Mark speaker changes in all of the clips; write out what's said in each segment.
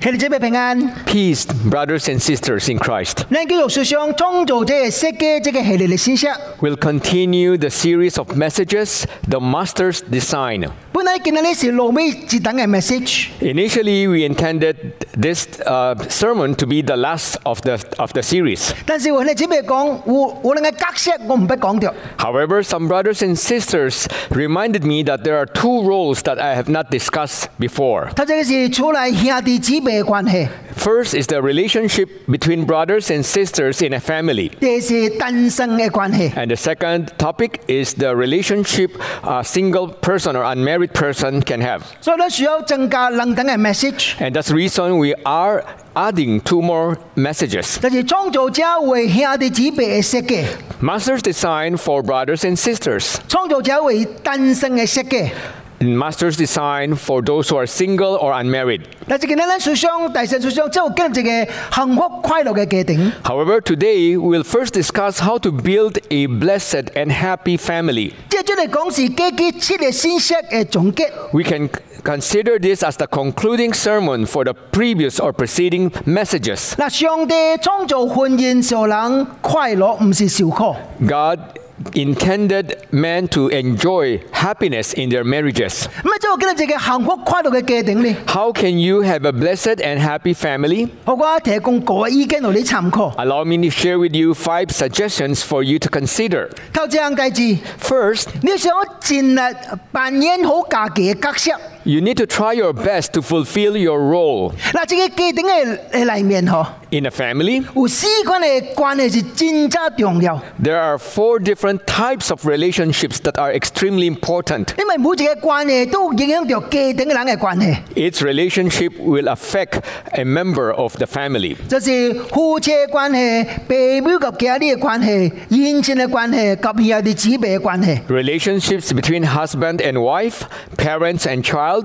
Speaker 1: 睇你姐妹平安，
Speaker 2: Peace, brothers and sisters in Christ.
Speaker 1: 咱繼續思想創造者嘅設計，即個系列嘅信息。
Speaker 2: We'll continue the series of messages, The Master's Design.
Speaker 1: 本來今日呢是路尾一等嘅 message，
Speaker 2: Initially, we intended this uh, sermon to be the last of the, of the series.
Speaker 1: 但是我哋姐妹講，我我哋嘅角色我唔必講掉。
Speaker 2: However, some brothers and sisters reminded me that there are two roles that I have not discussed before.
Speaker 1: 頭先是處理兄弟姊妹嘅關係，
Speaker 2: First is the relationship between brothers and sisters in a family.
Speaker 1: 第二是單身嘅關係，
Speaker 2: And the second topic is the relationship a single person or unmarried person can have.
Speaker 1: 所以咧需要增加兩等嘅 message。
Speaker 2: And that's the reason we are adding two more messages.
Speaker 1: 就是創造者為兄弟姊妹嘅設計，
Speaker 2: Master's design for brothers and sisters.
Speaker 1: 創造者為單身嘅設計。
Speaker 2: And master's design for those who are single or unmarried.
Speaker 1: 但是今日咧思想，第四思想，即係建立一個幸福快樂嘅家庭。
Speaker 2: However, today we'll first discuss how to build a blessed and happy family.
Speaker 1: 即係嚟講是基基七嘅信息嘅總結，
Speaker 2: We can consider this as the concluding sermon for the previous or preceding messages.
Speaker 1: 嗱，上帝創造婚姻，受人快樂，唔是受苦。
Speaker 2: God intended men to enjoy happiness in their marriages.
Speaker 1: 咁即係今日一個幸福快樂嘅家庭呢，
Speaker 2: How can you have a blessed and happy family?
Speaker 1: 我我提供個意見同你參考。
Speaker 2: Allow me to share with you five suggestions for you to consider.
Speaker 1: 頭一樣第志，
Speaker 2: First,
Speaker 1: 你想盡力扮演好家己嘅角色。
Speaker 2: you need to try your best to fulfill your role
Speaker 1: 嗱，即個家庭嘅嘅裏面嗬，
Speaker 2: in a family.
Speaker 1: 有四款嘅關係是真正重要，
Speaker 2: There are four different types of relationships that are extremely important.
Speaker 1: 因為每一個關係都影響到家庭嘅人嘅關係。
Speaker 2: Each relationship will affect a member of the family.
Speaker 1: 就是夫妻關係、父母及家啲嘅關係、姻親嘅關係及兄弟姊妹嘅關係。
Speaker 2: Relationships between husband and wife, parents and child,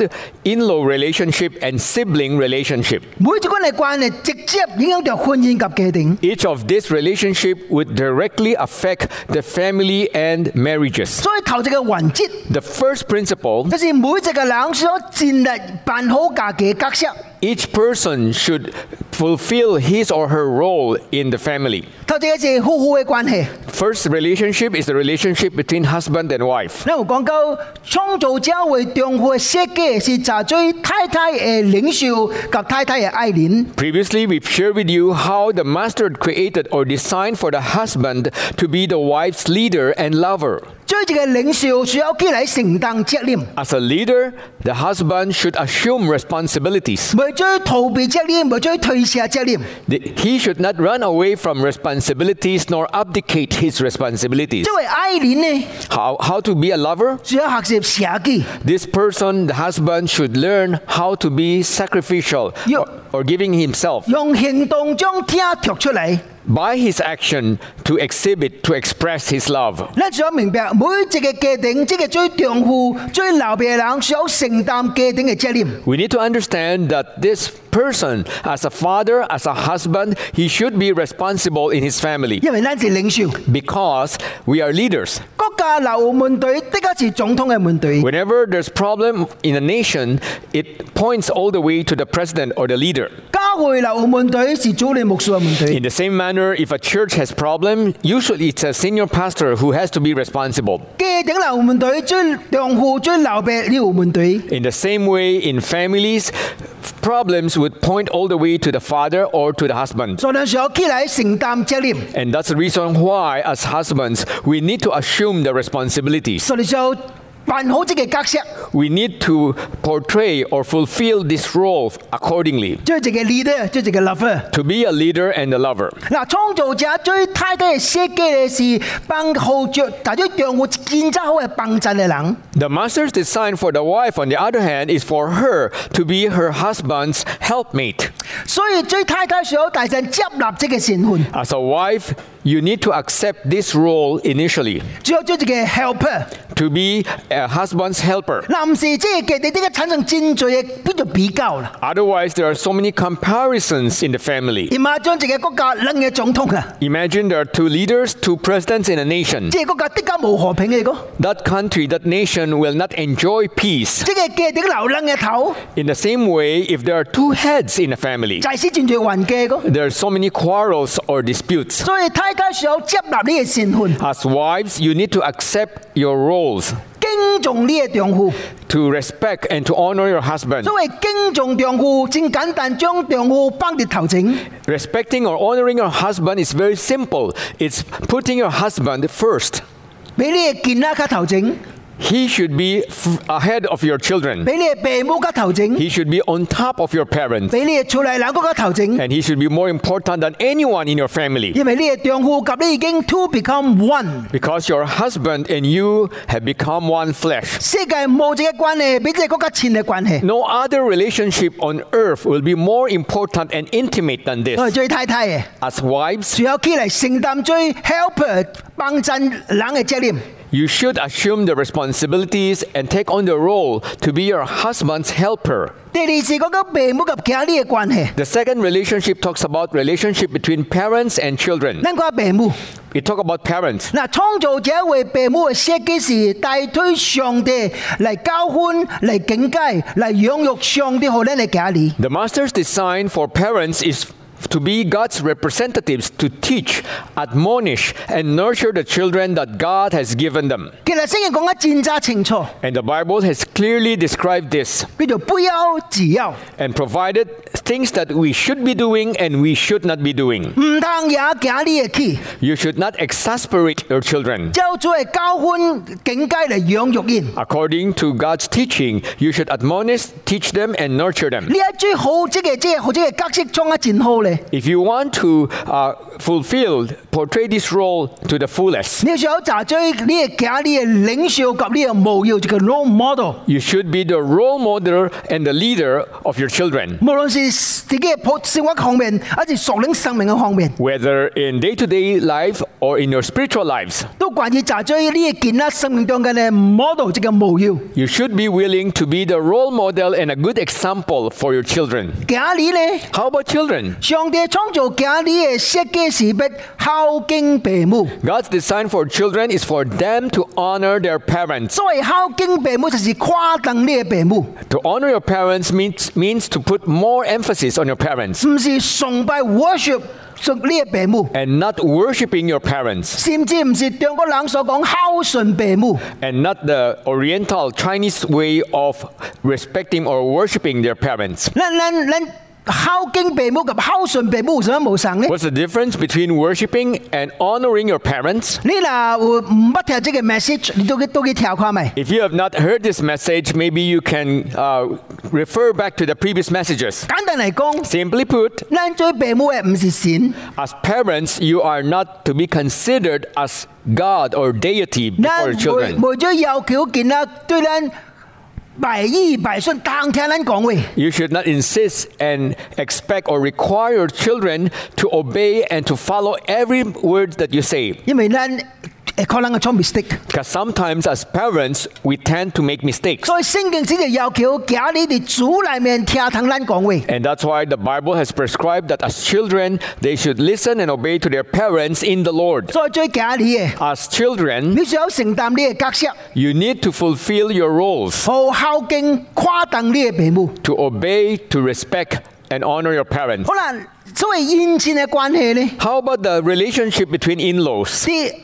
Speaker 2: in-law relationship and sibling relationship.
Speaker 1: 每一個人嘅關係直接影響到婚姻及家庭。
Speaker 2: Each of these relationship would directly affect the family and marriages.
Speaker 1: 所以頭一個環節，
Speaker 2: The first principle
Speaker 1: 就是每一個人所戰力扮好家己嘅角色。
Speaker 2: each person should fulfill his or her role in the family.
Speaker 1: 頭一個是夫婦嘅關係，
Speaker 2: First relationship is the relationship between husband and wife.
Speaker 1: 咱有講到創造者為丈夫嘅設計是查最太太嘅領袖及太太嘅愛人。
Speaker 2: Previously, we've shared with you how the master created or designed for the husband to be the wife's leader and lover.
Speaker 1: 做一個領袖需要起來承擔責任。
Speaker 2: As a leader, the husband should assume responsibilities.
Speaker 1: 袂做逃避責任，袂做推卸責任。
Speaker 2: The- He should not run away from responsibilities nor abdicate his responsibilities.
Speaker 1: 作為愛人呢，
Speaker 2: How, how to be a lover?
Speaker 1: 需要學習捨己，
Speaker 2: This person, the husband, should learn how to be sacrificial
Speaker 1: You-
Speaker 2: or, or giving himself
Speaker 1: 用行動將聽讀出嚟。
Speaker 2: by his action to exhibit, to express his love.
Speaker 1: 咱需要明白，每一個家庭，即個最丈夫、最老爸嘅人，需要承擔家庭嘅責任。
Speaker 2: We need to understand that this person, as a father, as a husband, he should be responsible in his family
Speaker 1: 因為咱是領袖，
Speaker 2: because we are leaders.
Speaker 1: 國家若有問題，的確是總統嘅問題。
Speaker 2: Whenever there's problem in a nation, it points all the way to the president or the leader.
Speaker 1: 教會若有問題，是主理牧師嘅問題。
Speaker 2: In the same manner, if a church has problem, usually it's a senior pastor who has to be responsible.
Speaker 1: 家庭若有問題，最丈夫、最老爸你有問題。
Speaker 2: In the same way, in families, problems would point all the way to the father or to the husband.
Speaker 1: 所以咱需要起來承擔責任，
Speaker 2: And that's the reason why, as husbands, we need to assume the responsibilities.
Speaker 1: 所以需要扮好即個角色，
Speaker 2: We need to portray or fulfill this role accordingly
Speaker 1: 做一個 leader，做一個 lover。
Speaker 2: to be a leader and a lover.
Speaker 1: 嗱，創造者最太多嘅設計嘅是幫好着，但係讓我建造好嘅幫襯嘅人。
Speaker 2: The master's design for the wife, on the other hand, is for her to be her husband's helpmate.
Speaker 1: 所以最太太需要大陣接納即個善款，
Speaker 2: As a wife, you need to accept this role initially
Speaker 1: 主要做一個 helper，
Speaker 2: to be a husband's helper.
Speaker 1: 男士即係嘅，你點解產生戰罪嘅邊度比較啦？
Speaker 2: Otherwise, there are so many comparisons in the family.
Speaker 1: 而馬將自己國家拎嘅總統啊，
Speaker 2: Imagine there are two leaders, two presidents in a nation.
Speaker 1: 即係國家的家無和平嘅個，
Speaker 2: That country, that nation will not enjoy peace.
Speaker 1: 即係嘅點流拎嘅頭，
Speaker 2: In the same way, if there are two heads in a family,
Speaker 1: 就係先戰罪還嘅個。
Speaker 2: there are so many quarrels or disputes.
Speaker 1: 所以太太需要接納呢個善款，
Speaker 2: As wives, you need to accept your roles,
Speaker 1: 敬重呢個丈夫。
Speaker 2: to respect and to honor your husband.
Speaker 1: 所謂敬重丈夫，正簡單將丈夫綁跌頭整。
Speaker 2: Respecting or honoring your husband is very simple. It's putting your husband first.
Speaker 1: 俾你嘅健啦卡頭整，
Speaker 2: He should be f- ahead of your children.
Speaker 1: 俾你嘅父母卡頭整，
Speaker 2: He should be on top of your parents.
Speaker 1: 俾你嘅處理冷嗰卡頭整。
Speaker 2: And he should be more important than anyone in your family.
Speaker 1: 因為呢個丈夫及你已經 two become one，
Speaker 2: Because your husband and you have become one flesh.
Speaker 1: 世界冇這個關係，比這個國家錢嘅關係。
Speaker 2: No other relationship on earth will be more important and intimate than
Speaker 1: 我
Speaker 2: this.
Speaker 1: 係最太太嘅，
Speaker 2: As wives,
Speaker 1: 最有機嚟承擔最 helper 幫襯冷嘅責任。
Speaker 2: you should assume the responsibilities and take on the role to be your husband's helper.
Speaker 1: 第二是講緊父母及家呢嘅關係，
Speaker 2: The second relationship talks about relationship between parents and children.
Speaker 1: 能講父母。
Speaker 2: We talk about parents.
Speaker 1: 嗱，創造者為父母嘅設計時，帶推上帝嚟交歡、嚟警戒、嚟養育上帝好呢嘅家裏。
Speaker 2: The master's design for parents is to be God's representatives to teach, admonish, and nurture the children that God has given them.
Speaker 1: 其實聖經講得戰爭清楚，
Speaker 2: And the Bible has clearly described this
Speaker 1: 叫做不憂自憂，
Speaker 2: and provided things that we should be doing and we should not be doing.
Speaker 1: 唔通也家裏嘅氣。
Speaker 2: You should not exasperate your children.
Speaker 1: 就主係交歡境界嚟養育人，呢
Speaker 2: According to God's teaching, you should admonish, teach them, and nurture them.
Speaker 1: 一最好即係即係或者係格式裝得戰好咧。
Speaker 2: If you want to uh, fulfill, portray this role to the fullest,
Speaker 1: 你想查追呢個假呢個領袖及呢個模要嘅 role model，
Speaker 2: you should be the role model and the leader of your children.
Speaker 1: 無論是自己嘅普生活方面，還是屬靈生命嘅方面，
Speaker 2: Whether in day to day life or in your spiritual lives,
Speaker 1: 都關於查追呢個健啦生命當中嘅 model 即嘅模要。
Speaker 2: you should be willing to be the role model and a good example for your children.
Speaker 1: 假呢咧，
Speaker 2: How about children?
Speaker 1: 上帝創造假呢嘅設計是必孝敬父母。
Speaker 2: God's design for children is for them to honor their parents.
Speaker 1: 所謂孝敬父母就是誇等呢個父母，
Speaker 2: To honor your parents means, means to put more emphasis on your parents
Speaker 1: 唔是崇拜 worship 屬呢個父母。
Speaker 2: and not worshiping your parents
Speaker 1: 甚至唔是像嗰冷所講孝順父母，
Speaker 2: and not the oriental Chinese way of respecting or worshiping their parents.
Speaker 1: 咱咱咱孝敬父母及孝順父母有什麼無同呢？
Speaker 2: What's the difference between worshiping and honoring your parents?
Speaker 1: 你嗱唔捌聽這個 message，你都去都去聽看咪？
Speaker 2: If you have not heard this message, maybe you can uh, refer back to the previous messages.
Speaker 1: 簡單嚟講，
Speaker 2: Simply put,
Speaker 1: 咱做父母嘅唔是神，
Speaker 2: As parents, you are not to be considered as God or deity
Speaker 1: 咱
Speaker 2: before your
Speaker 1: 每
Speaker 2: children.
Speaker 1: 每咗要求見啦，對咱百依百順，當聽咱講話。
Speaker 2: You should not insist and expect or require your children to obey and to follow every word that you say.
Speaker 1: 因為咱誒可能係做 mistake，
Speaker 2: Because sometimes, as parents, we tend to make mistakes.
Speaker 1: 所以聖經只係要求假你哋主裏面聽聽咱講話。
Speaker 2: And that's why the Bible has prescribed that as children, they should listen and obey to their parents in the Lord.
Speaker 1: 所以最假你嘅，
Speaker 2: As children,
Speaker 1: 你需要承擔你嘅角色。
Speaker 2: you need to fulfill your roles
Speaker 1: 好孝敬夸等呢個父母。
Speaker 2: to obey, to respect, and honor your parents.
Speaker 1: 好啦，所謂姻親嘅關係呢，
Speaker 2: How about the relationship between in-laws?
Speaker 1: 是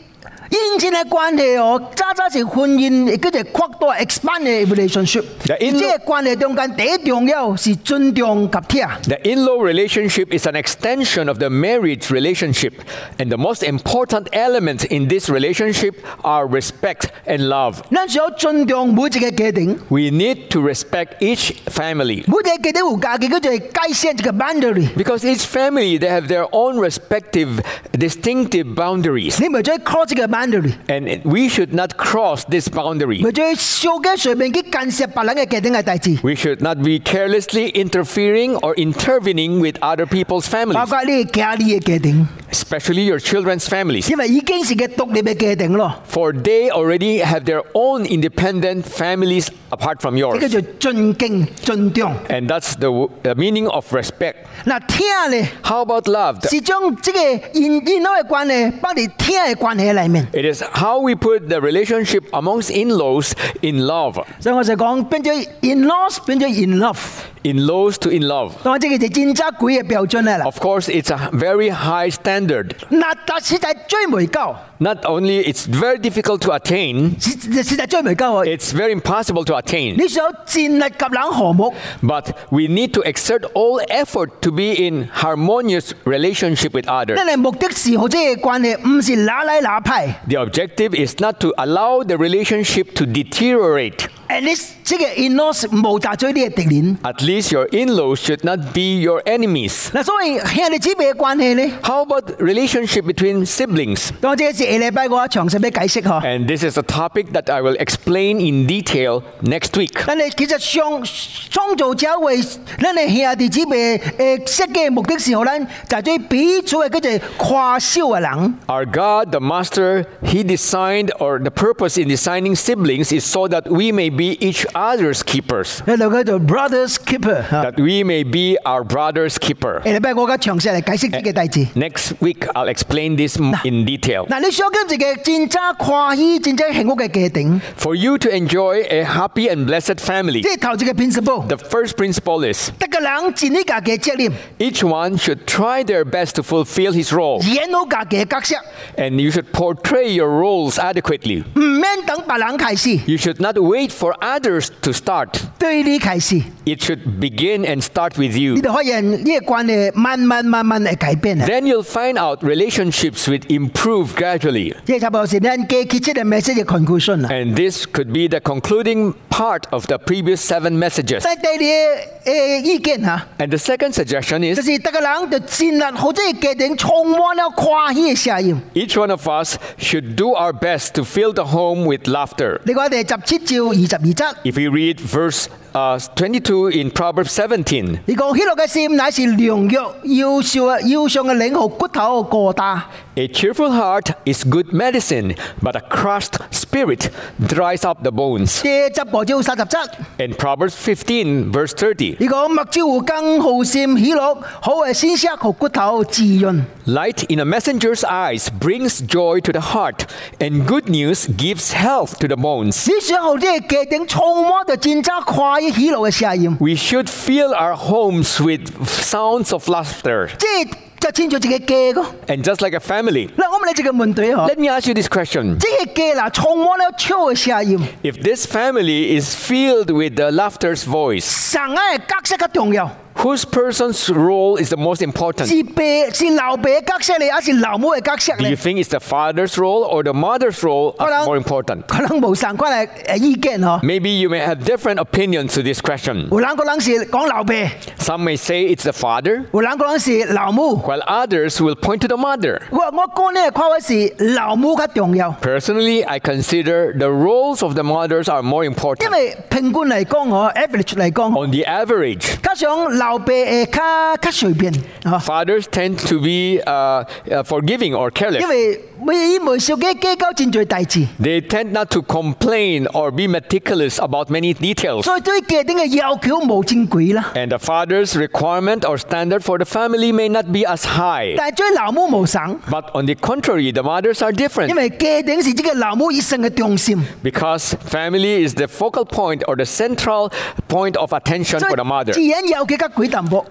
Speaker 1: 姻親嘅關係哦，渣渣是婚姻，佢就擴大 expand 嘅 relationship。
Speaker 2: The
Speaker 1: 而
Speaker 2: in-
Speaker 1: 且關係中間第一重要是尊重及聽。
Speaker 2: The in-law relationship is an extension of the marriage relationship, and the most important elements in this relationship are respect and love.
Speaker 1: 咱需要尊重每一個家庭，
Speaker 2: We need to respect each family
Speaker 1: 每一個家庭有家己佢就界線一個 boundary。
Speaker 2: because each family they have their own respective distinctive boundaries,
Speaker 1: 你咪再 cross 呢個 boundary，
Speaker 2: and we should not cross this boundary.
Speaker 1: 咪再小家上面去干涉別人嘅家庭嘅代志，
Speaker 2: We should not be carelessly interfering or intervening with other people's
Speaker 1: 包
Speaker 2: families,
Speaker 1: 括你嘅家裡嘅家庭。
Speaker 2: especially your children's families,
Speaker 1: 因為已經是嘅獨立嘅界定咯，
Speaker 2: for they already have their own independent families apart from
Speaker 1: 呢叫
Speaker 2: yours.
Speaker 1: 做進敬進忠。
Speaker 2: And that's the, w- the meaning of respect.
Speaker 1: 嗱，聽咧
Speaker 2: How about love?
Speaker 1: 是將即個現現老嘅關係擺嚟聽嘅關係裡面，
Speaker 2: It is how we put the relationship amongst in laws in love,
Speaker 1: 所以我就講變咗 in laws 變咗 in love。
Speaker 2: in laws to in love.
Speaker 1: 當然即個就戰爭鬼嘅標準嚟啦。
Speaker 2: Of course, it's a very high standard.
Speaker 1: 嗱，但是在追梅鳩，
Speaker 2: Not only it's very difficult to attain,
Speaker 1: 是是在追梅鳩啊！
Speaker 2: it's very impossible to attain,
Speaker 1: 你想戰力及冷和睦，
Speaker 2: but we need to exert all effort to be in harmonious relationship with others.
Speaker 1: 因為目的是好即嘅關係，唔是哪嚟哪派。
Speaker 2: The objective is not to allow the relationship to deteriorate.
Speaker 1: At least 即係 in-laws 冇達咗呢個敵戀。
Speaker 2: At least your in-laws should not be your enemies.
Speaker 1: 嗱，所謂兄弟姊妹嘅關係咧，
Speaker 2: How about relationship between siblings?
Speaker 1: 當即係下禮拜我詳細俾解釋呵。
Speaker 2: And this is a topic that I will explain in detail next week.
Speaker 1: 但係其實上創造者為咱哋兄弟姊妹誒設計嘅目的是，可能就係對彼此嘅嗰隻跨少嘅人。
Speaker 2: Our God, the Master, He designed, or the purpose in designing siblings is so that we may be each other's keepers,
Speaker 1: 你就叫做 brothers keeper 嚇。
Speaker 2: that we may be our brother's keeper.
Speaker 1: 下禮拜我而家詳細嚟解釋呢個例子。
Speaker 2: Next week, I'll explain this m- in detail.
Speaker 1: 嗱，你想跟住嘅戰爭跨衣、戰爭幸福嘅界定，
Speaker 2: For you to enjoy a happy and blessed family,
Speaker 1: 即係頭先嘅 principle。
Speaker 2: the first principle is
Speaker 1: 得個人盡呢家嘅責任，
Speaker 2: each one should try their best to fulfill his role,
Speaker 1: 演好家嘅角色，
Speaker 2: and you should portray your roles adequately.
Speaker 1: 唔免等別人開始。
Speaker 2: You should not wait for others to start.
Speaker 1: 對你啟示，
Speaker 2: It should begin and start with
Speaker 1: 你
Speaker 2: you.
Speaker 1: 就發現呢個關係慢慢慢慢嚟改變啊！
Speaker 2: Then you'll find out relationships will improve gradually.
Speaker 1: 即係差唔多是咱嘅結束嘅 message 嘅 conclusion 啦。
Speaker 2: And this could be the concluding part of the previous seven messages.
Speaker 1: 但係第二誒意見嚇，
Speaker 2: And the second suggestion
Speaker 1: 就
Speaker 2: is
Speaker 1: 是得個人就戰略，或者係決定充滿了跨越效應。
Speaker 2: each one of us should do our best to fill the home with laughter.
Speaker 1: 你講第十七照二十二則，
Speaker 2: If you read verse uh, 22 in Proverbs 17,
Speaker 1: 你講喜樂嘅心乃是良藥，要上要上嘅領號骨頭過大。
Speaker 2: a cheerful heart is good medicine, but a crushed spirit dries up the bones.
Speaker 1: 第十八照三十則，
Speaker 2: And Proverbs 15, verse 30.
Speaker 1: 你講目睭有更好心喜樂，好嘅先色和骨頭滋潤。
Speaker 2: Light in a messenger's eyes brings joy to the heart, and good news gives health to the bones.
Speaker 1: 你想好啲嘅決定充滿就戰爭跨越喜樂嘅效應。
Speaker 2: We should fill our homes with sounds of laughter.
Speaker 1: 即係就清楚自己嘅個。
Speaker 2: And just like a family,
Speaker 1: 嗱，我問你一個問題嗬，
Speaker 2: let me ask you this question.
Speaker 1: 即係嘅嗱，充滿咗超嘅效應，
Speaker 2: If this family is filled with the laughter's voice,
Speaker 1: 神嘅角色嘅重要，
Speaker 2: whose person's role is the most important?
Speaker 1: 是爸是老爸嘅角色咧，還是老母嘅角色
Speaker 2: Do you
Speaker 1: 咧？
Speaker 2: think it's the father's role or the mother's role are
Speaker 1: Hold on.
Speaker 2: more important?
Speaker 1: 可能無相關嘅誒意見嗬。
Speaker 2: Maybe you may have different opinions to this question.
Speaker 1: 有人個人是講老爸，
Speaker 2: Some may say it's the father,
Speaker 1: 有人個人是老母。
Speaker 2: while others will point to the mother.
Speaker 1: 我我個人嘅看法是老母較重要，
Speaker 2: Personally, I consider the roles of the mothers are more
Speaker 1: 因
Speaker 2: important.
Speaker 1: 為平均嚟講嗬，average 嚟講，
Speaker 2: On the average,
Speaker 1: 加上老爸誒較較隨便嗬，
Speaker 2: fathers tend to be uh, uh, forgiving or
Speaker 1: 因
Speaker 2: careless.
Speaker 1: 為每每小嘅計較真濟大事。
Speaker 2: They tend not to complain or be meticulous about many details.
Speaker 1: 所以對家庭嘅要求冇正規啦，
Speaker 2: And the father's requirement or standard for the family may not be as high.
Speaker 1: 但係追老母冇省，
Speaker 2: But on the contrary, the mothers are
Speaker 1: 因
Speaker 2: different
Speaker 1: 為家庭是即個老母一生嘅重心，
Speaker 2: because family is the focal point or the central point of attention
Speaker 1: 所
Speaker 2: for the
Speaker 1: 以
Speaker 2: mother.
Speaker 1: 自然要求較貴淡薄，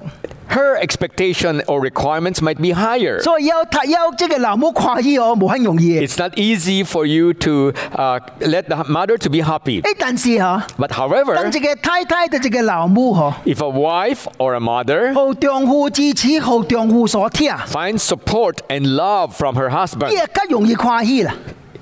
Speaker 2: Her expectation or requirements might be higher.
Speaker 1: 所以要睇要即個老母跨越哦，冇很容易嘅。
Speaker 2: It's not easy for you to uh, let the mother to be happy.
Speaker 1: 誒，但是嚇，
Speaker 2: But
Speaker 1: 當
Speaker 2: however,
Speaker 1: 一個太太對一個老母嗬，
Speaker 2: if a wife or a mother
Speaker 1: 好丈夫支持，好丈夫所聽，呢
Speaker 2: finds support and love from her husband,
Speaker 1: 較容易跨越啦。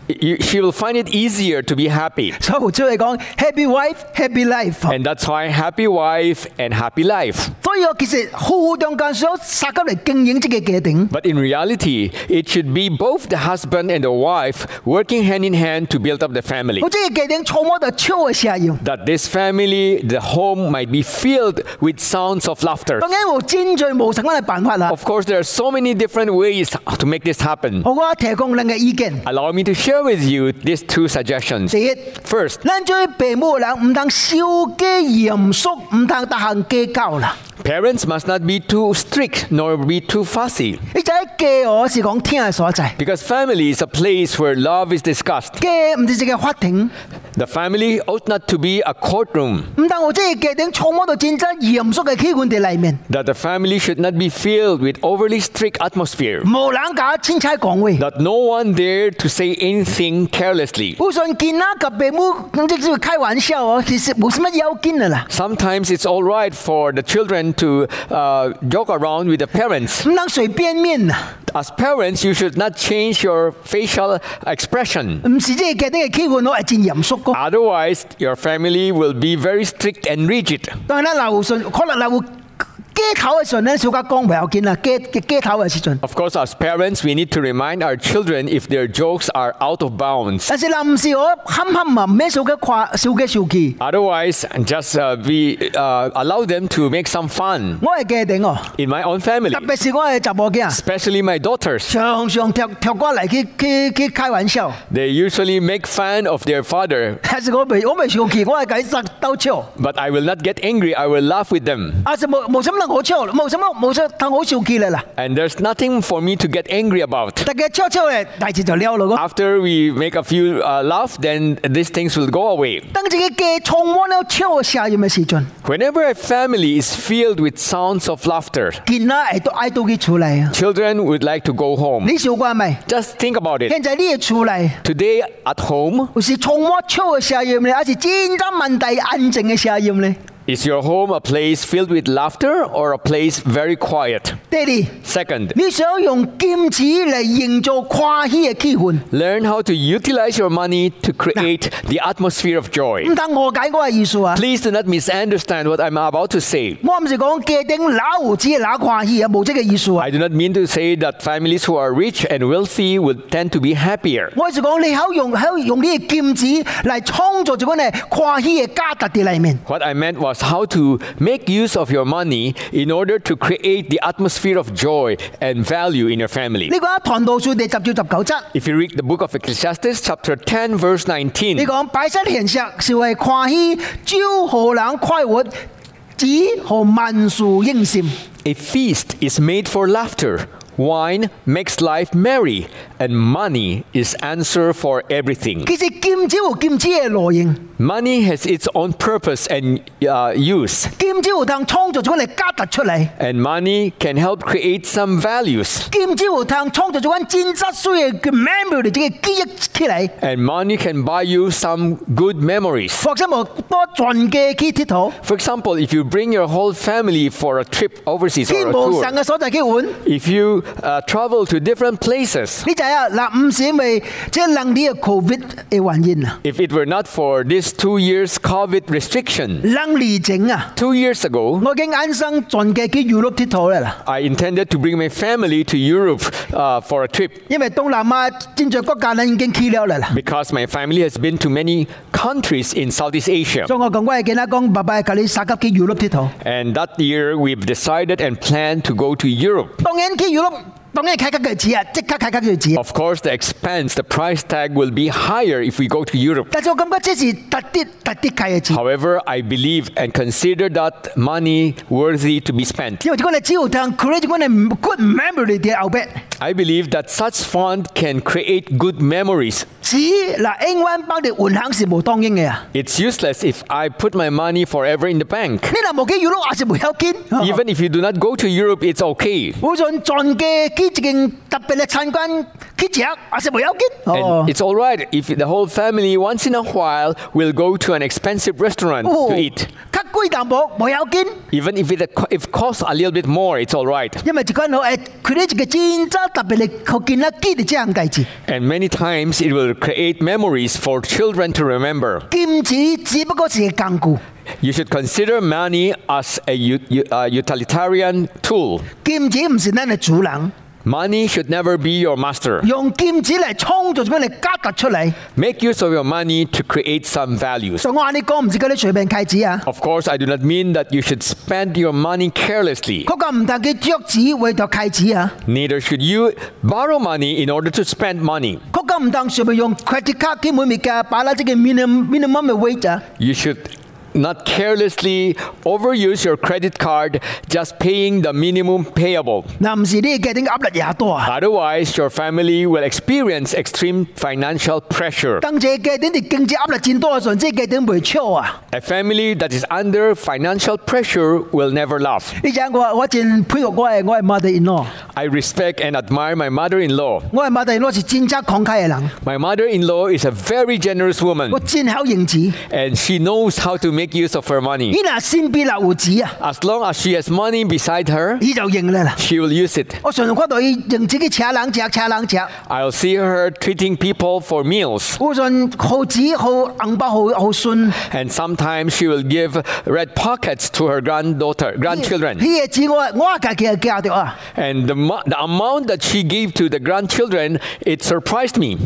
Speaker 2: you- she will find it easier to be happy.
Speaker 1: 所以胡超嚟講，happy wife happy life，
Speaker 2: And that's why happy wife and happy life.
Speaker 1: 所所以我其實夫婦中間所撒給嚟經營呢個家庭，
Speaker 2: But in reality, it should be both the husband and the wife working hand in hand to build up the family.
Speaker 1: 我呢個家庭充滿着超嘅效用。
Speaker 2: That this family, the home, might be filled with sounds of laughter.
Speaker 1: 當然有千罪無神嘅辦法啦。
Speaker 2: Of course, there are so many different ways to make this happen.
Speaker 1: 我提供兩個意見：
Speaker 2: Allow me to share with you these two suggestions.
Speaker 1: 第一，
Speaker 2: First,
Speaker 1: 咱做父母嘅人唔通少嘅嚴肅，唔通得閒計較啦。
Speaker 2: parents must not be too strict nor be too fussy
Speaker 1: 你就喺計我是講天嘅所在，
Speaker 2: because family is a place where love is discussed.
Speaker 1: 計唔是一個法庭，
Speaker 2: The family ought not to be a courtroom.
Speaker 1: 唔通我即個家庭充滿到真真嚴肅嘅氣氛喺裏面，
Speaker 2: That the family should not be filled with overly strict atmosphere.
Speaker 1: 無人搞千差講話。
Speaker 2: That no one dare to say anything carelessly.
Speaker 1: 互相見啦，及父母咁即係開玩笑哦，其實冇乜要緊嘅啦，
Speaker 2: Sometimes it's all right for the children to uh, joke around with the parents.
Speaker 1: 唔能隨便面啊，
Speaker 2: As parents, you should not change your facial expression.
Speaker 1: 唔是即係家庭嘅氣氛，我係真嚴肅嘅。
Speaker 2: Otherwise, your family will be very strict and rigid.
Speaker 1: 當然啦，留順可能留機頭嘅時候咧，小家講唔要緊啦，機機機頭嘅時陣。
Speaker 2: Of course, as parents, we need to remind our children if their jokes are out of bounds.
Speaker 1: 但是啦，唔是我冚冚啊，咩小嘅誇小嘅小氣，
Speaker 2: Otherwise, just uh, we uh, allow them to make some fun
Speaker 1: 我係家庭哦，
Speaker 2: in my own family,
Speaker 1: 特別是我嘅侄母嘅啊，
Speaker 2: especially my daughters.
Speaker 1: 常常跳跳過嚟去去去開玩笑，
Speaker 2: They usually make fun of their father,
Speaker 1: 但是我未我未小氣，我係計實鬥笑，
Speaker 2: but I will not get angry. I will laugh with them,
Speaker 1: 啊是冇冇什麼我笑，冇什麼冇什麼我小氣啦啦。
Speaker 2: and there's nothing for me to get angry about.
Speaker 1: 大家悄悄嘅大事就了咯。
Speaker 2: After we make a few uh, laugh, then these things will go away.
Speaker 1: 當自己嘅充滿了超嘅效用嘅時陣，
Speaker 2: Whenever a family is filled with sounds of laughter,
Speaker 1: 見啦係都嗌到佢出嚟啊！
Speaker 2: children would like to go home.
Speaker 1: 你想過咪？
Speaker 2: Just think about it.
Speaker 1: 現在你嘅出嚟，
Speaker 2: Today at home,
Speaker 1: 有時充滿超嘅效用咧，還是真真問題安靜嘅效用咧？
Speaker 2: is your home a place filled with laughter or a place very quiet?
Speaker 1: 爹哋，
Speaker 2: Second,
Speaker 1: 你想用金子嚟營造跨喜嘅氣氛，
Speaker 2: learn how to utilize your money to create the atmosphere of joy.
Speaker 1: 唔等我解我嘅意思啊！
Speaker 2: Please do not misunderstand what I'm about to say.
Speaker 1: 我唔是講家庭揦胡子揦跨喜啊，冇即個意思啊！
Speaker 2: I do not mean to say that families who are rich and wealthy would tend to be happier.
Speaker 1: 我是講你好用好用呢個金子嚟創造咗個呢跨喜嘅家特啲裏面。
Speaker 2: What I meant was how to make use of your money in order to create the atmosphere of joy and value in your family.
Speaker 1: 呢個喺《啊唐道書》第十章十九則。
Speaker 2: If you read the book of Ecclesiastes, chapter 10, verse 19,
Speaker 1: 你講擺出現實是為看起招何人快活，只何萬事應善。
Speaker 2: a feast is made for laughter, wine makes life merry, and money is answer for everything.
Speaker 1: 其實劍子有劍子嘅內型，
Speaker 2: Money has its own purpose and uh, use,
Speaker 1: 劍子有通創造咗嚟加突出嚟，
Speaker 2: and money can help create some values.
Speaker 1: 劍子有通創造咗間真質需要嘅 memory 即係記憶起嚟。
Speaker 2: And money can buy you some good memories.
Speaker 1: 或者無多盡嘅去鐵土，
Speaker 2: For example, if you bring your whole family for a trip overseas
Speaker 1: 去
Speaker 2: or a
Speaker 1: 無神
Speaker 2: tour,
Speaker 1: 嘅所在去玩，
Speaker 2: if you uh, travel to different places,
Speaker 1: 你就係嗱，唔是因為即係能力嘅 covid 嘅原因啊，
Speaker 2: if it were not for this two years COVID restriction,
Speaker 1: 能力整啊，
Speaker 2: two years ago,
Speaker 1: 我已經安生盡嘅去 Europe 鐵土啦。
Speaker 2: I intended to bring my family to Europe uh, for a trip
Speaker 1: 因為東南亞戰在國家咧已經起了嚟啦。
Speaker 2: because my family has been to many countries in Southeast Asia.
Speaker 1: 所以我講我係見阿講爸爸係教你殺急去 Europe 鐵頭，
Speaker 2: And that year, we've decided and planned to go to Europe.
Speaker 1: 當然去 Europe，當然係開急嘅錢啊，即刻開急嘅錢。
Speaker 2: Of course, the expense, the price tag will be higher if we go to Europe.
Speaker 1: 但是我感覺這是特啲特啲計嘅錢，
Speaker 2: However, I believe and consider that money worthy to be spent.
Speaker 1: 因為我哋只要聽 create 我哋 good memory 嘅後邊，
Speaker 2: I believe that such fund can create good memories.
Speaker 1: 只嗱英文幫你換行是無當應嘅啊。
Speaker 2: It's useless if I put my money forever in the bank.
Speaker 1: 你嗱無去 Europe 也是無有見。
Speaker 2: Even if you do not go to Europe, it's okay.
Speaker 1: 好像盡嘅幾件特別嘅餐館，幾隻也是無有見。哦
Speaker 2: And，it's all right if the whole family once in a while will go to an expensive restaurant
Speaker 1: 哦
Speaker 2: to eat.
Speaker 1: 較貴淡薄無有見。
Speaker 2: Even if it if costs a little bit more, it's all right.
Speaker 1: 因為這個人誒，佢哋一個真真特別嚟學見啦，記得這樣代志。
Speaker 2: And many times it will create memories for children to remember.
Speaker 1: 劍子只不過是個工具，
Speaker 2: You should consider money as a u- u- a utilitarian tool.
Speaker 1: 金子唔是咱嘅主人，
Speaker 2: Money should never be your master.
Speaker 1: 用金子嚟創造咗你加突出嚟。
Speaker 2: Make use of your money to create some values.
Speaker 1: 所以我話你講唔知嗰啲隨便契子啊，
Speaker 2: Of course, I do not mean that you should spend your money carelessly.
Speaker 1: 嗰個唔但叫腳子為咗契子啊，
Speaker 2: Neither should you borrow money in order to spend money.
Speaker 1: 嗰個唔但上面用 credit card 基本面嘅擺啦，即嘅 minimum minimum 嘅 wage 啊，
Speaker 2: You should not carelessly overuse your credit card just paying the minimum payable.
Speaker 1: 嗱唔是呢啲嘅點解壓力也多啊？
Speaker 2: Otherwise, your family will experience extreme financial pressure.
Speaker 1: 等住嘅點啲經濟壓力佔多嘅時候，即嘅點會超啊？
Speaker 2: A family that is under financial pressure will never laugh.
Speaker 1: 呢陣我我真佩服我係我係馬地 n 咯，
Speaker 2: I respect and admire my mother in law.
Speaker 1: 我係馬地 n 咯是戰爭狂契嘅人，
Speaker 2: My mother in law is a very generous woman
Speaker 1: 我戰口認子，呢
Speaker 2: and she knows how to make use of her money.
Speaker 1: 嗱先必立胡子啊，
Speaker 2: As long as she has money beside her,
Speaker 1: 呢就認啦啦。
Speaker 2: she will use it.
Speaker 1: 我常常看到佢認自己扯冷隻扯冷隻，
Speaker 2: I'll see her treating people for meals
Speaker 1: 我信好子好銀包好好信。
Speaker 2: and sometimes she will give red pockets to her granddaughter, grandchildren.
Speaker 1: 呢嘢子我我家嘅教育啊，
Speaker 2: And the, mo- the amount that she gave to the grandchildren, it surprised me.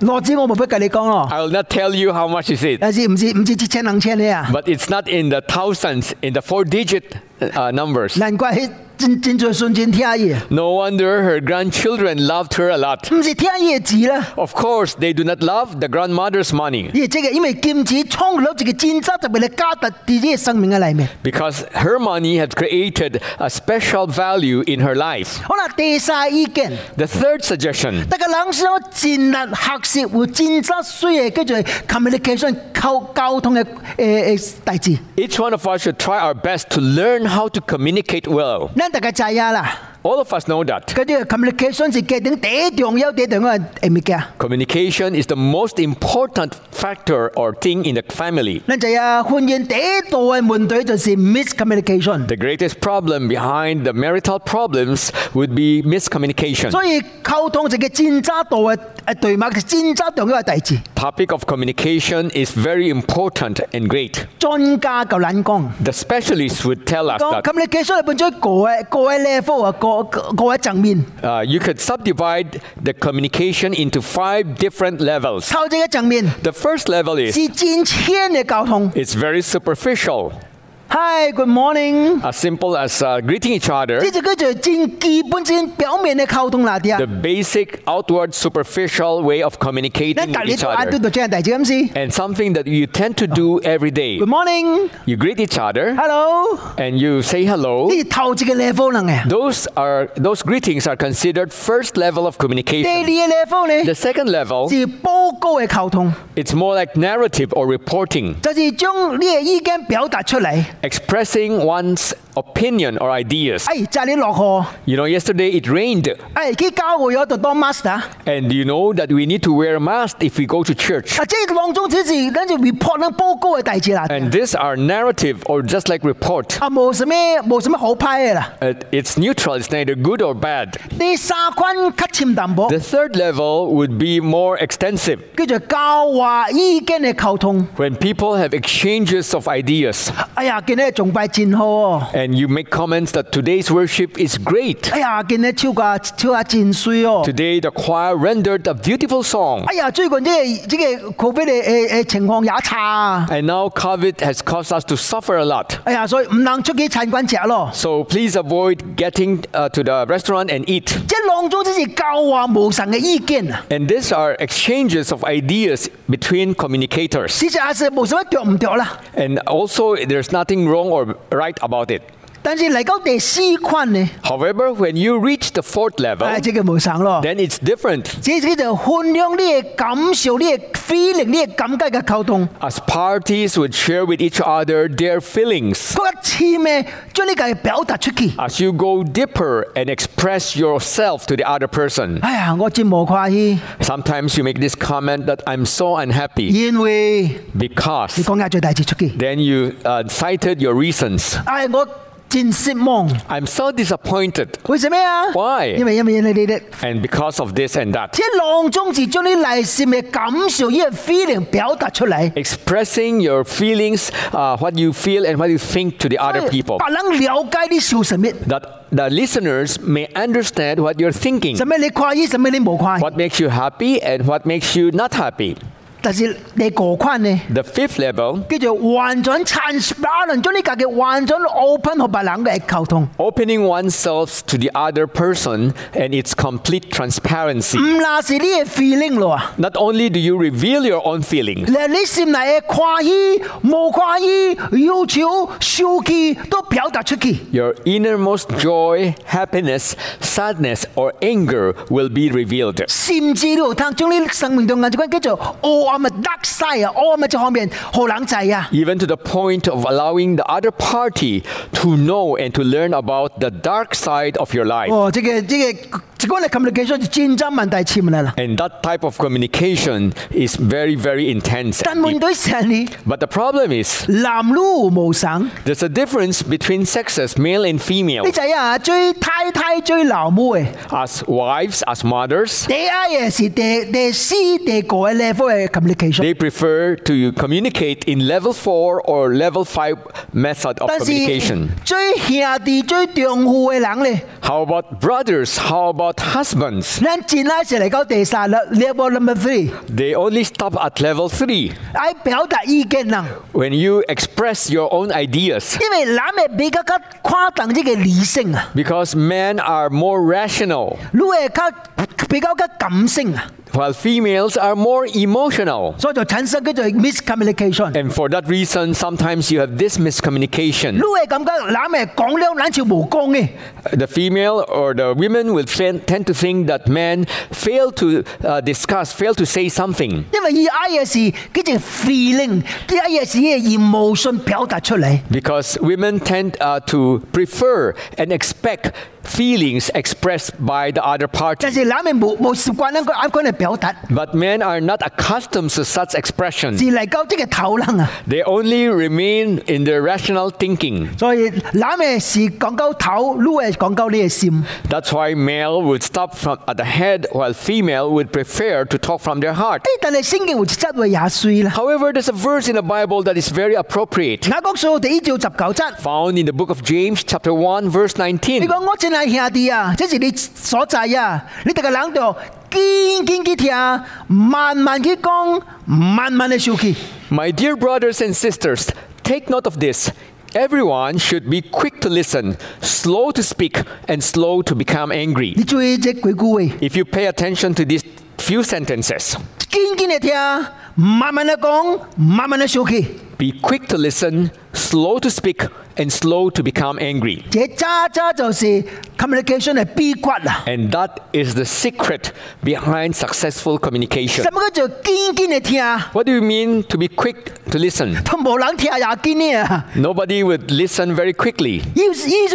Speaker 1: 羅子我冇必跟你講咯，
Speaker 2: I will not tell you how much is it.
Speaker 1: 有時唔知唔知折千冷千呢啊，
Speaker 2: But it's not in the thousands, in the four digit uh, numbers.
Speaker 1: 難怪佢真真在信真聽嘢，
Speaker 2: No wonder her grandchildren loved her a lot.
Speaker 1: 唔是聽嘢子啦，
Speaker 2: Of course, they do not love the grandmother's money
Speaker 1: 呢即係因為劍子衝落自己戰爭特別你加特自己嘅生命嘅裏面。
Speaker 2: because her money had created a special value in her life.
Speaker 1: 好啦，第三意見，
Speaker 2: The third suggestion
Speaker 1: 大家諗想戰略學習和戰爭需要跟住 communication 溝交通嘅誒誒大字，
Speaker 2: each one of us should try our best to learn how to communicate well.
Speaker 1: 嗱大家知啊啦。
Speaker 2: All of us know that.
Speaker 1: 嗰啲 communication 是決定幾重要幾重要嘅物件。
Speaker 2: Communication is the most important factor or thing in the family.
Speaker 1: 咱就啊，婚姻第一度嘅問題就是 miscommunication。
Speaker 2: The greatest problem behind the marital problems would be miscommunication.
Speaker 1: 所以溝通就嘅戰爭度嘅誒對物，戰爭重要嘅大事。
Speaker 2: topic of communication is very important and great.
Speaker 1: 專家夠難講，
Speaker 2: The specialists would tell us
Speaker 1: 講
Speaker 2: that
Speaker 1: communication 係分咗個嘅個嘅 level 啊，個個個嘅層面。
Speaker 2: uh, you could subdivide the communication into five different levels.
Speaker 1: 頭先嘅層面
Speaker 2: The first level
Speaker 1: 是
Speaker 2: is
Speaker 1: 戰前嘅溝通。
Speaker 2: it's very superficial,
Speaker 1: Hi，good morning。
Speaker 2: as simple as uh, greeting each other.
Speaker 1: 呢就叫做戰基本先表面嘅溝通啦啲啊
Speaker 2: The。basic, outward, superficial way of
Speaker 1: 咱
Speaker 2: communicating
Speaker 1: 隔
Speaker 2: with
Speaker 1: 離
Speaker 2: each
Speaker 1: 都眼都
Speaker 2: other.
Speaker 1: 做這樣大事咁先。
Speaker 2: And something that you tend to do every day.
Speaker 1: Good morning，hello。
Speaker 2: You greet each other and you say hello.
Speaker 1: 呢頭一個 level 能嘅。
Speaker 2: Those are those greetings are considered first level of
Speaker 1: 第
Speaker 2: communication.
Speaker 1: 二個 level 咧
Speaker 2: The second level,
Speaker 1: 是報告嘅溝通，
Speaker 2: it's more like narrative or reporting,
Speaker 1: 就是將呢個意見表達出嚟。
Speaker 2: expressing one's opinion or ideas.
Speaker 1: 哎，就你落河，
Speaker 2: You know, yesterday it rained,
Speaker 1: 哎，去教會嗰度當 master。啊
Speaker 2: and you know that we need to wear a mask if we go to church.
Speaker 1: 啊，即係當中只是跟住 report 呢報告嘅大事啦。
Speaker 2: And these are narrative or just like report.
Speaker 1: 啊，冇什咩冇什麼好派嘅啦。
Speaker 2: Uh, It's neutral, it's neither good or bad.
Speaker 1: 第三關較淺淡薄，
Speaker 2: The third level would be more extensive,
Speaker 1: 叫做教話意見嘅溝通。
Speaker 2: when people have exchanges of ideas
Speaker 1: 哎呀，見你崇拜真好哦。
Speaker 2: and you make comments that today's worship is great.
Speaker 1: 哎呀，見你超架超架真水哦。
Speaker 2: Today the choir rendered a beautiful song.
Speaker 1: 哎呀，最近即係即係 COVID 嘅誒誒情況也差啊。
Speaker 2: And now COVID has caused us to suffer a lot.
Speaker 1: 哎呀，所以唔能出去餐館食咯。
Speaker 2: So please avoid getting uh, to the restaurant and eat.
Speaker 1: 即係浪中只是教話無神嘅意見啊，
Speaker 2: And these are exchanges of ideas between communicators.
Speaker 1: 事實也是無什麼着唔着啦。
Speaker 2: And also, there's nothing wrong or right about it.
Speaker 1: 但是嚟到第四款呢，
Speaker 2: However, when you reach the fourth level,
Speaker 1: 唉、即係無神咯。
Speaker 2: then it's different.
Speaker 1: 這個就衡量你嘅感受、你嘅 feeling、你嘅感覺嘅溝通。
Speaker 2: As parties would share with each other their feelings.
Speaker 1: 嗰一次咩，將呢個嘢表達出去。
Speaker 2: As you go deeper and express yourself to the other person,
Speaker 1: 哎呀，我真無誇氣，
Speaker 2: sometimes you make this comment that I'm so unhappy
Speaker 1: 因為
Speaker 2: because.
Speaker 1: 你講嘢最大次出去。
Speaker 2: Then you uh, cited your reasons.
Speaker 1: 唉、我真失望。
Speaker 2: I'm so disappointed.
Speaker 1: 為什麼啊
Speaker 2: Why？
Speaker 1: 因為因為因為你哋
Speaker 2: And because of this and that,
Speaker 1: 即係浪中字將啲內心嘅感受、呢個 feeling 表達出嚟。
Speaker 2: expressing your feelings, uh, what you feel and what you think to the other people,
Speaker 1: 白能了解啲笑神咩？
Speaker 2: that the listeners may understand what you're thinking,
Speaker 1: 神咩你快意，神咩你無快。
Speaker 2: what makes you happy and what makes you not happy.
Speaker 1: 但是你過關呢？
Speaker 2: The fifth level,
Speaker 1: 叫做完全 transparent，將呢個嘅完全 open 同白冷嘅溝通，
Speaker 2: opening oneself to the other person and its complete transparency.
Speaker 1: 唔那是呢個 feeling 咯啊！
Speaker 2: Not only do you reveal your own feelings,
Speaker 1: 你你心內嘅快意、無快意、憂愁、笑氣都表達出去。
Speaker 2: your innermost joy, happiness, sadness, or anger will be revealed.
Speaker 1: 甚至都通將呢生命中眼光叫做黑暗嘅 dark side 啊，黑暗嘅這方面好冷仔啊！
Speaker 2: even to the point of allowing the other party to know and to learn about the dark side of your life.
Speaker 1: 哦，這個這個，這個嚟 communication 就戰爭問題前嚟啦。
Speaker 2: And that type of communication is very, very intense.
Speaker 1: 但面對神你
Speaker 2: But the problem is,
Speaker 1: 男女無神，你
Speaker 2: there's a difference between sexes, male and female.
Speaker 1: 仔啊追太太追老母嘅。
Speaker 2: As wives, as mothers,
Speaker 1: 第一嘅是第第四第個嘅 level 嘅 communication，
Speaker 2: they prefer to communicate in level 4 or level 5 method of
Speaker 1: 但是
Speaker 2: communication.
Speaker 1: 追兄弟追丈夫嘅人咧，
Speaker 2: How about brothers? How about husbands?
Speaker 1: 咱前拉是嚟到第三 level number three，
Speaker 2: They only stop at level 3
Speaker 1: 愛表達意見人，
Speaker 2: when you express your own ideas.
Speaker 1: 因為男嘅比較較跨等呢個理性啊，
Speaker 2: Because men are more rational,
Speaker 1: 女嘅較比較較感性啊，
Speaker 2: while females are more emotional.
Speaker 1: 所以就產生叫做 miscommunication。
Speaker 2: And for that reason, sometimes you have this miscommunication.
Speaker 1: 女嘅感覺男嘅講了，咱就無講嘅，
Speaker 2: The female or the women will fin- tend to think that men fail to uh, discuss, fail to say something.
Speaker 1: 因為伊愛嘅是嗰種 feeling，啲愛嘅是呢個 emotion 表達出嚟。
Speaker 2: Because women tend uh, to prefer and expect feelings expressed by the
Speaker 1: 但
Speaker 2: other party.
Speaker 1: 是男人冇冇習慣能夠啱講嚟表達，
Speaker 2: But men are not accustomed to such expression.
Speaker 1: 是嚟到即個頭能啊。
Speaker 2: They only remain in their rational thinking.
Speaker 1: 所以男嘅是講究頭，女嘅講究呢個心。
Speaker 2: That's why male would stop from at the head, while female would prefer to talk from their
Speaker 1: 誒
Speaker 2: heart.
Speaker 1: 但係聖經有一節話也衰啦。
Speaker 2: However, there's a verse in the Bible that is very appropriate,
Speaker 1: 雅各書第一章十九節，
Speaker 2: found in the book of James, chapter 1, verse 19.
Speaker 1: 你講我真係兄弟啊，這是你所在啊，你哋個人度堅堅去聽，慢慢去講，慢慢去受氣。
Speaker 2: My dear brothers and sisters, take note of this. Everyone should be quick to listen, slow to speak, and slow to become angry.
Speaker 1: 你注意這幾句話，
Speaker 2: If you pay attention to these few sentences,
Speaker 1: 堅堅去聽，慢慢去講，慢慢去受氣。
Speaker 2: be quick to listen, slow to speak, and slow to become angry.
Speaker 1: 這渣渣就是 communication 嘅秘訣啦。
Speaker 2: And that is the secret behind successful communication.
Speaker 1: 什么叫做堅堅嘅聽？
Speaker 2: What do you mean to be quick to listen?
Speaker 1: 都冇人聽也堅呢啊！
Speaker 2: Nobody would listen very quickly.
Speaker 1: 呢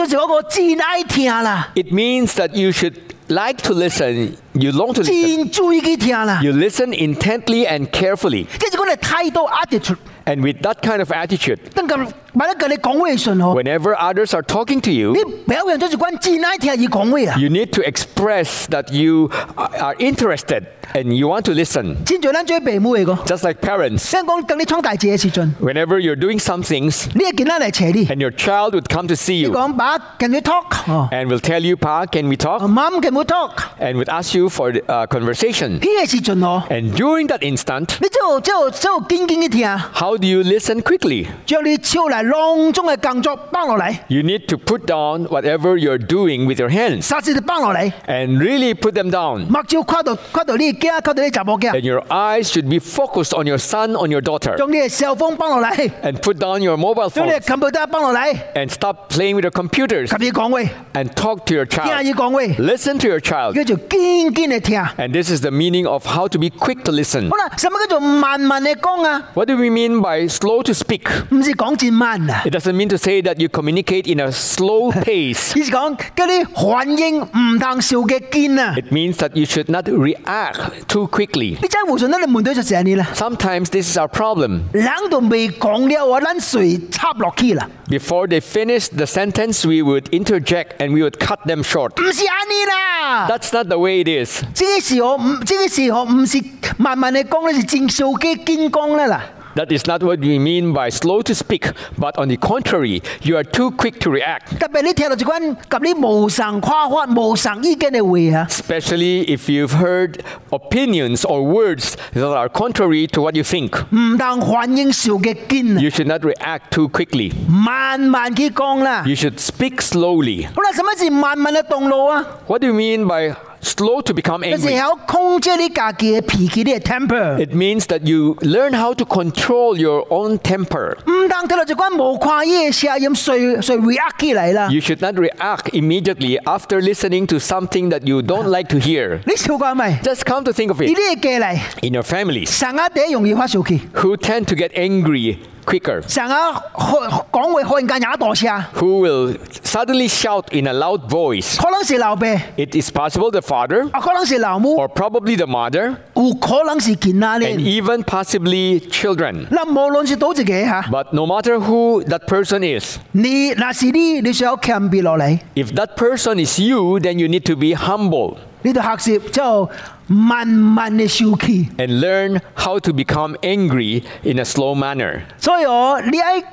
Speaker 1: 呢就係我真愛聽啦，
Speaker 2: It means that you should like to listen, you long to listen.
Speaker 1: 真注意去聽啦。
Speaker 2: You listen intently and carefully.
Speaker 1: 即係我哋態度 attitude，
Speaker 2: And with that kind of attitude,
Speaker 1: 等咁萬一跟你講話嘅時候，
Speaker 2: whenever others are talking to you,
Speaker 1: 你表現咗一關真愛聽而講話啊。
Speaker 2: you need to express that you are interested and you want to listen.
Speaker 1: 真在咱做父母嘅個，
Speaker 2: Just like parents,
Speaker 1: 先講跟你創大字嘅時陣，
Speaker 2: whenever you're doing some things
Speaker 1: 你係見咱嚟扯你，
Speaker 2: and your child would come to see you
Speaker 1: 講爸跟你 talk，哦
Speaker 2: and will tell you, Pa, can we talk?
Speaker 1: 媽跟我 talk，
Speaker 2: and would ask you for a conversation.
Speaker 1: 呢個時陣哦，
Speaker 2: And during that instant,
Speaker 1: 你就就就堅堅嘅聽，
Speaker 2: how do you listen quickly?
Speaker 1: 將你超嚟浪中嘅工作放落嚟，
Speaker 2: You need to put down whatever you're doing with your hands
Speaker 1: 霎時就放落嚟，
Speaker 2: and really put them down.
Speaker 1: 目睭跨到跨到你嘅囝，跨到你嘅查某囝，
Speaker 2: And your eyes should be focused on your son, on your daughter.
Speaker 1: 將你嘅手風放落嚟。
Speaker 2: And put down your mobile
Speaker 1: 將你
Speaker 2: phone
Speaker 1: 冚部得幫落嚟，
Speaker 2: and stop playing with your computers
Speaker 1: 及你講喂，
Speaker 2: and talk to your
Speaker 1: 聽下
Speaker 2: child.
Speaker 1: 要講喂，
Speaker 2: Listen to your child
Speaker 1: 叫做堅堅紧嘅听。好
Speaker 2: And this is the meaning of how to be quick to listen.
Speaker 1: 啦，什麼叫做慢慢嘅講啊？
Speaker 2: What do we mean by slow to speak?
Speaker 1: 唔是講字慢啊，
Speaker 2: It doesn't mean to say that you communicate in a slow pace.
Speaker 1: 而是講嗰啲反應唔能少嘅堅啊。
Speaker 2: It means that you should not react too quickly.
Speaker 1: 你真係互信得你門對出成你啦，
Speaker 2: Sometimes this is our problem.
Speaker 1: 冷到未講了，我撚水插落去啦，
Speaker 2: Before they finish the sentence, we would interject and we would cut them short.
Speaker 1: 唔是安尼啦。
Speaker 2: That's not the way it is.
Speaker 1: 即個時候唔，即個時候唔是慢慢嘅講咧，是正少嘅堅講咧啦。
Speaker 2: That is not what we mean by slow to speak, but on the contrary, you are too quick to react,
Speaker 1: 特別你聽到一關及你無神跨法、無神意見嘅話啊，
Speaker 2: especially if you've heard opinions or words that are contrary to what you think.
Speaker 1: 唔能反應少嘅堅啊。
Speaker 2: You should not react too quickly.
Speaker 1: 慢慢去講啦。
Speaker 2: You should speak slowly.
Speaker 1: 好啦，什麼是慢慢嘅動怒啊？
Speaker 2: What do you mean by slow to become
Speaker 1: 有時
Speaker 2: angry?
Speaker 1: 候控制你自己嘅脾氣，你嘅 temper，
Speaker 2: It means that you learn how to control your own temper.
Speaker 1: 唔當睇落就關無跨嘢聲音，隨隨 react 起嚟啦。
Speaker 2: You should not react immediately after listening to something that you don't like to hear.
Speaker 1: 你笑過咪？呢
Speaker 2: Just come to think of
Speaker 1: 啲
Speaker 2: it,
Speaker 1: 嘢嘅嚟，
Speaker 2: in your families,
Speaker 1: 成日第一容易發脾氣，
Speaker 2: who tend to get angry quicker,
Speaker 1: 成日開講話開人家也大聲，
Speaker 2: who will suddenly shout in a loud voice.
Speaker 1: 可能是老爸，啊
Speaker 2: It is possible the father,
Speaker 1: 可能是老母，
Speaker 2: or probably the mother,
Speaker 1: 有可能是囡仔
Speaker 2: and
Speaker 1: 咧。
Speaker 2: even possibly children.
Speaker 1: 嗱，無論是倒一個嚇，
Speaker 2: But no matter who that person is,
Speaker 1: 你嗱是你，你想要謙卑落嚟，
Speaker 2: if that person is you, then you need to be humble
Speaker 1: 你就學習就慢慢嘅受氣。
Speaker 2: and learn how to become angry in a slow manner.
Speaker 1: 所以我你喺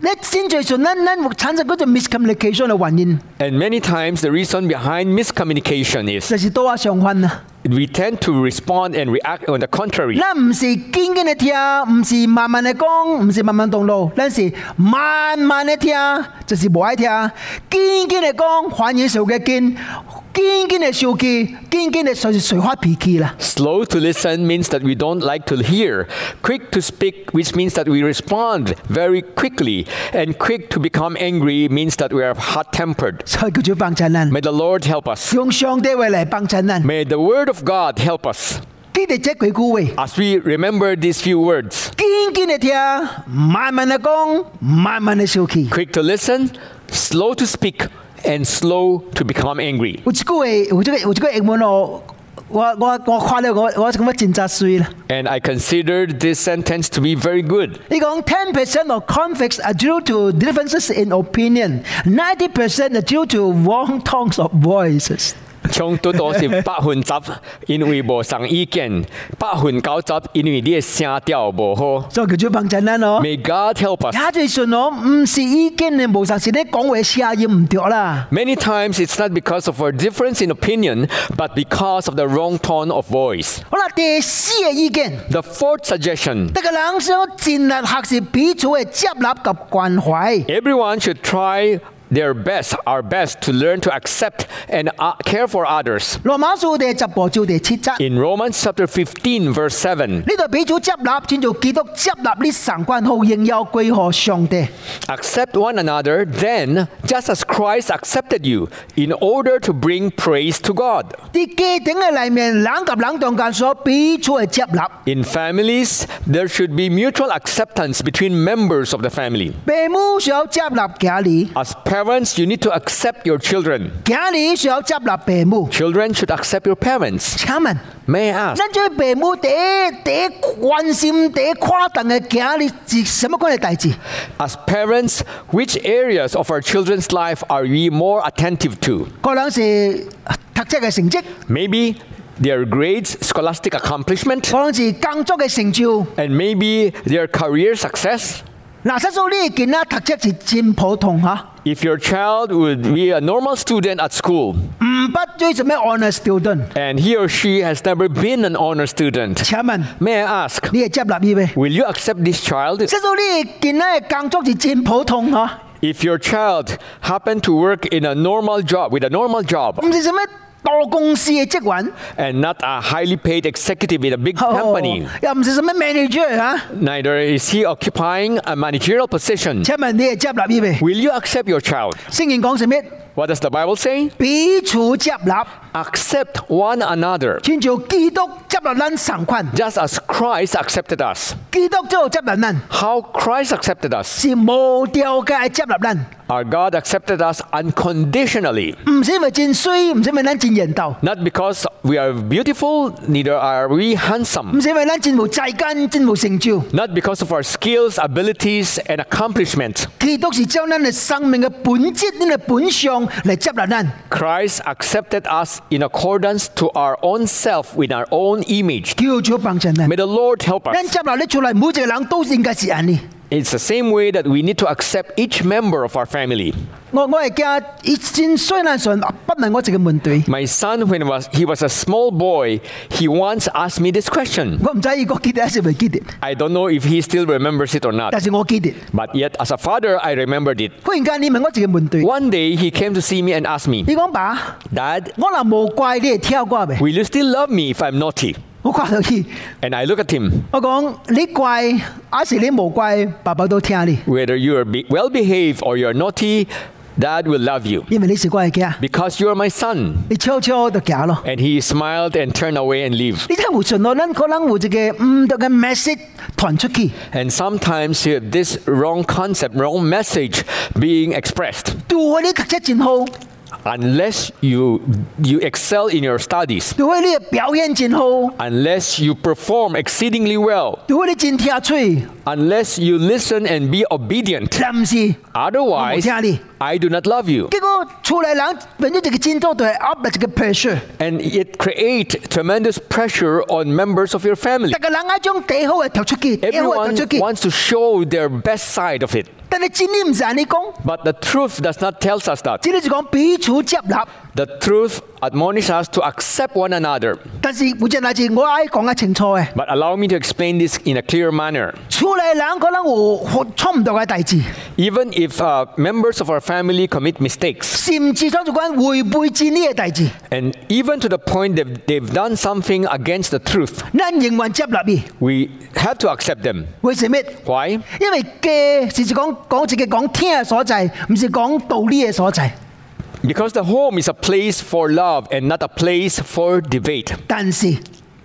Speaker 1: 你先最順，咱咱會產生嗰種 miscommunication 嘅原因，
Speaker 2: And many times, the reason behind miscommunication is
Speaker 1: 就是多啊上分啊。
Speaker 2: we tend to respond and react on the contrary.
Speaker 1: 咱唔是堅堅嘅聽，唔是慢慢嘅講，唔是慢慢動怒，咱是慢慢嘅聽，就是無愛聽。堅堅嘅講，反應受嘅堅，堅堅嘅受氣，堅堅嘅隨隨發脾氣啦。
Speaker 2: Slow to listen means that we don't like to hear. Quick to speak, which means that we respond very quickly. And quick to become angry means that we are hot tempered.
Speaker 1: 所以叫做幫襯咱，
Speaker 2: May the Lord help us.
Speaker 1: 用上帝話嚟幫襯咱。
Speaker 2: May the word of God help us.
Speaker 1: 記得這幾句話：
Speaker 2: As we remember these few words,
Speaker 1: 堅堅嘅聽，慢慢嘅講，慢慢嘅受氣。
Speaker 2: quick to listen, slow to speak, and slow to become angry.
Speaker 1: 有一句話，有一個有一個英文哦，我我我看了我我感覺真扎水啦。
Speaker 2: And I consider this sentence to be very good.
Speaker 1: 你講 ten percent of conflicts are due to differences in opinion, ninety percent are due to wrong tones of voices。
Speaker 2: trong đó đó là 百分之百因为无同意见，百分之九十因为你的声调无好。
Speaker 1: 所以叫做幫襯咱哦。
Speaker 2: May God help us.
Speaker 1: 也最順哦，唔是意見嘅無常，是你講話聲音唔對啦。
Speaker 2: Many times it's not because of our difference in opinion, but because of the wrong tone of voice.
Speaker 1: 好啦，第四個意見，
Speaker 2: The fourth suggestion
Speaker 1: 得個人想盡力學習彼此嘅接納及關懷。
Speaker 2: everyone should try their best, our best, to learn to accept and uh, care for others.
Speaker 1: 羅馬書第十部章第七節。
Speaker 2: In Romans chapter 15, verse 7,
Speaker 1: 呢度俾咗接納，轉做基督接納呢神關好應有歸何上帝。
Speaker 2: accept one another, then, just as Christ accepted you, in order to bring praise to God.
Speaker 1: 啲基頂嘅裏面，冷及冷當間所彼此嘅接納，
Speaker 2: In families, there should be mutual acceptance between members of the family.
Speaker 1: 父母想有接納家裏，
Speaker 2: As parents, you need to accept your children.
Speaker 1: 家裏想有接納父母。
Speaker 2: Children should accept your parents.
Speaker 1: 請問，
Speaker 2: May I ask,
Speaker 1: 咱做父母第一第一關心、第一跨等嘅家裏是什麼關嘅代志？
Speaker 2: as parents, which areas of our children's life are we more attentive to?
Speaker 1: 可能是讀書嘅成績，
Speaker 2: Maybe their grades, scholastic accomplishment,
Speaker 1: 可能是工作嘅成就。
Speaker 2: and maybe their career success.
Speaker 1: 嗱，實數呢啲囡仔讀書是真普通嚇，
Speaker 2: If your child would be a normal student at school
Speaker 1: 唔不追做咩 honor student。
Speaker 2: and he or she has never been an honor student,
Speaker 1: 請問，
Speaker 2: may I ask,
Speaker 1: 你係接納呢位？
Speaker 2: will you accept this child
Speaker 1: 即到呢件咧工作是真普通嗬，
Speaker 2: If your child happened to work in a normal job, with a normal job,
Speaker 1: 唔是什麼大公司嘅職員，
Speaker 2: and not a highly paid executive in a big
Speaker 1: 哦
Speaker 2: company,
Speaker 1: 又唔是什麼 manager 嚇。
Speaker 2: neither is he occupying a managerial position,
Speaker 1: 請問你係接納呢位？
Speaker 2: will you accept your child?
Speaker 1: 聖經講什麼？
Speaker 2: What does the Bible say?
Speaker 1: 彼此接納，
Speaker 2: accept one another,
Speaker 1: 亲像基督接納咱同款，
Speaker 2: just as Christ accepted us.
Speaker 1: 基督就接納咱，
Speaker 2: How Christ accepted us?
Speaker 1: 是無條件嘅接納咱，
Speaker 2: Our God accepted us unconditionally.
Speaker 1: 唔是因為真水，唔是因為咱真緣投，
Speaker 2: Not because we are beautiful, neither are we handsome.
Speaker 1: 唔是因為咱真無才幹，真無成就。
Speaker 2: Not because of our skills, abilities, and accomplishment.
Speaker 1: 基督是將咱嘅生命嘅本質、咱嘅本相嚟接納咱。
Speaker 2: Christ accepted us in accordance to our own self, with our own image.
Speaker 1: 叫做幫襯咱
Speaker 2: May。the Lord help
Speaker 1: 咱
Speaker 2: us.
Speaker 1: 接納你出嚟，每一個人都應該是安尼。
Speaker 2: It's the same way that we need to accept each member of our family.
Speaker 1: 我我係驚，伊真雖然上不問我一個問題，
Speaker 2: My son, when was, he was a small boy, he once asked me this question.
Speaker 1: 我唔知伊個記得還是未記得，
Speaker 2: I don't know if he still remembers it or not,
Speaker 1: 但是我記得。
Speaker 2: but yet as a father, I remembered it.
Speaker 1: 忽然間，你問我一個問題，
Speaker 2: One day he came to see me and asked me,
Speaker 1: 你講爸，
Speaker 2: Dad,
Speaker 1: 我若無乖，你會跳我未？
Speaker 2: will you still love me if I'm naughty?
Speaker 1: 我看到佢，
Speaker 2: And I look at him,
Speaker 1: 我講你乖，還是你無乖，爸爸都聽你，
Speaker 2: whether you are be- well behaved or you're naughty, Dad will love you
Speaker 1: 因為你是我嘅囝，
Speaker 2: because you're my son.
Speaker 1: 你悄悄就行咯。
Speaker 2: And he smiled and turned away and left.
Speaker 1: 你真係有信咯，咱可能有一個唔同嘅 message 傳出去，
Speaker 2: And sometimes you have this wrong concept, wrong message being expressed.
Speaker 1: 對我你讀得真好，
Speaker 2: Unless you you excel in your studies,
Speaker 1: 對我你嘅表現真好。
Speaker 2: unless you perform exceedingly well,
Speaker 1: 如果你真听嘴，
Speaker 2: unless you listen and be obedient,
Speaker 1: 但唔是，结
Speaker 2: otherwise
Speaker 1: 我冇聽你。
Speaker 2: I do not love you.
Speaker 1: 果厝内人变咗一个真多对 up 一个 pressure，
Speaker 2: And it creates tremendous pressure on members of your family.
Speaker 1: 逐个人爱将最好嘅投出去，最好嘅
Speaker 2: Everyone
Speaker 1: 投出去。
Speaker 2: wants to show their best side of it.
Speaker 1: 但系真理唔是安尼讲，
Speaker 2: But the truth does not tell us that.
Speaker 1: 真理就讲彼此接纳。
Speaker 2: The truth admonishes us to accept one another.
Speaker 1: 但是有件代志我爱讲得清楚嘅，
Speaker 2: But allow me to explain this in a clear manner.
Speaker 1: 厝内人可能有錯唔到嘅代志，
Speaker 2: Even if uh, members of our family commit mistakes,
Speaker 1: 甚至做一款違背真理嘅代志，
Speaker 2: and even to the point that they've done something against the truth,
Speaker 1: 咱仍然接納伊。
Speaker 2: we have to accept them.
Speaker 1: 為什麼？
Speaker 2: Why?
Speaker 1: 因為家是是講講一個講聽嘅所在，唔是講道理嘅所在。
Speaker 2: Because the home is a place for love and not a place for debate.
Speaker 1: 但是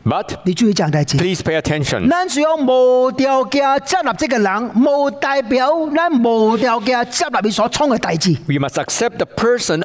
Speaker 2: But
Speaker 1: 你注意一件代志。
Speaker 2: please pay attention.
Speaker 1: 咱需要無條件接納這個人，無代表咱無條件接納伊所創嘅代志。
Speaker 2: We must accept the person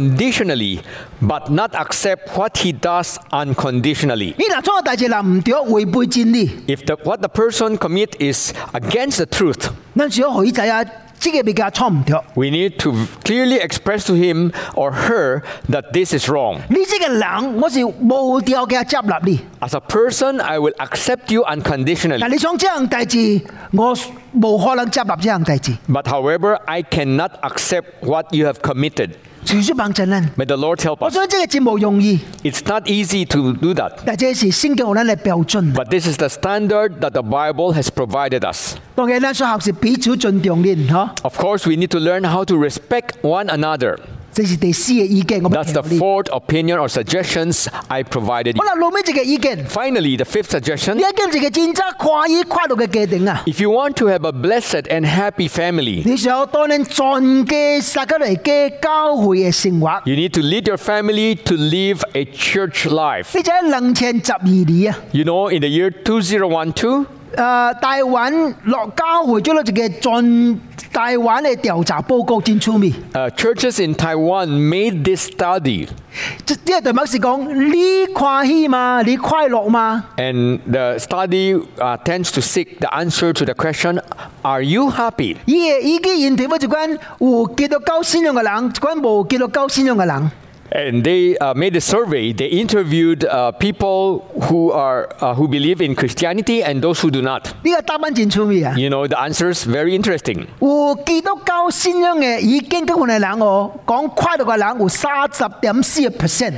Speaker 2: unconditionally, but not accept what he does unconditionally.
Speaker 1: 你若創嘅代志若唔對，違背真理，
Speaker 2: If the, what the person commit is against the truth,
Speaker 1: 咱需要互伊知影，即、個物件創唔對。
Speaker 2: we need to clearly express to him or her that this is wrong.
Speaker 1: 你即個人，我是無條件接納你。
Speaker 2: As a person, I will accept you
Speaker 1: 但
Speaker 2: unconditionally.
Speaker 1: 你想這樣代志，我無可能接納這樣代志。
Speaker 2: But however, I cannot accept what you have committed.
Speaker 1: 隨隨幫襯咱。
Speaker 2: May the Lord help
Speaker 1: 我
Speaker 2: us.
Speaker 1: 相信這個真無容易，
Speaker 2: It's not easy to do that.
Speaker 1: 但這是聖經給咱嘅標準。
Speaker 2: But this is the standard that the Bible has provided us.
Speaker 1: 當然，咱所學是彼此尊重人，嗬。
Speaker 2: Of course, we need to learn how to respect one another.
Speaker 1: 這是第四個意見，我
Speaker 2: That's
Speaker 1: 哋
Speaker 2: the
Speaker 1: 聽你。
Speaker 2: fourth opinion or suggestions I provided
Speaker 1: 我
Speaker 2: you.
Speaker 1: 嗱，後尾一個意見。
Speaker 2: Finally, the fifth suggestion
Speaker 1: 你一經一個真正跨越跨度嘅家庭啊，
Speaker 2: if you want to have a blessed and happy family,
Speaker 1: 你想當然全家撒加嚟嘅教會嘅生活，
Speaker 2: you need to lead your family to live a church life.
Speaker 1: 你就喺兩千十二年啊，
Speaker 2: You know, in the year 2012,
Speaker 1: 誒、台灣落教會做咗一個全台灣嘅調查報告，真出名。
Speaker 2: Uh, churches in Taiwan made this study,
Speaker 1: 即即係對麥是講，你歡喜嘛，你快樂嘛，
Speaker 2: and the study uh, tends to seek the answer to the question Are you happy?
Speaker 1: 伊嘅伊嘅認定乜一關有基督教信仰嘅人，一關無基督教信仰嘅人。
Speaker 2: And they uh, made a survey. They interviewed uh, people who, are, uh, who believe in Christianity and those who do not.
Speaker 1: 呢個答案真出名啊！
Speaker 2: You know, the answer is very interesting.
Speaker 1: 有基督教信仰嘅已經結婚嘅人哦，講快樂嘅人有三十點四 percent，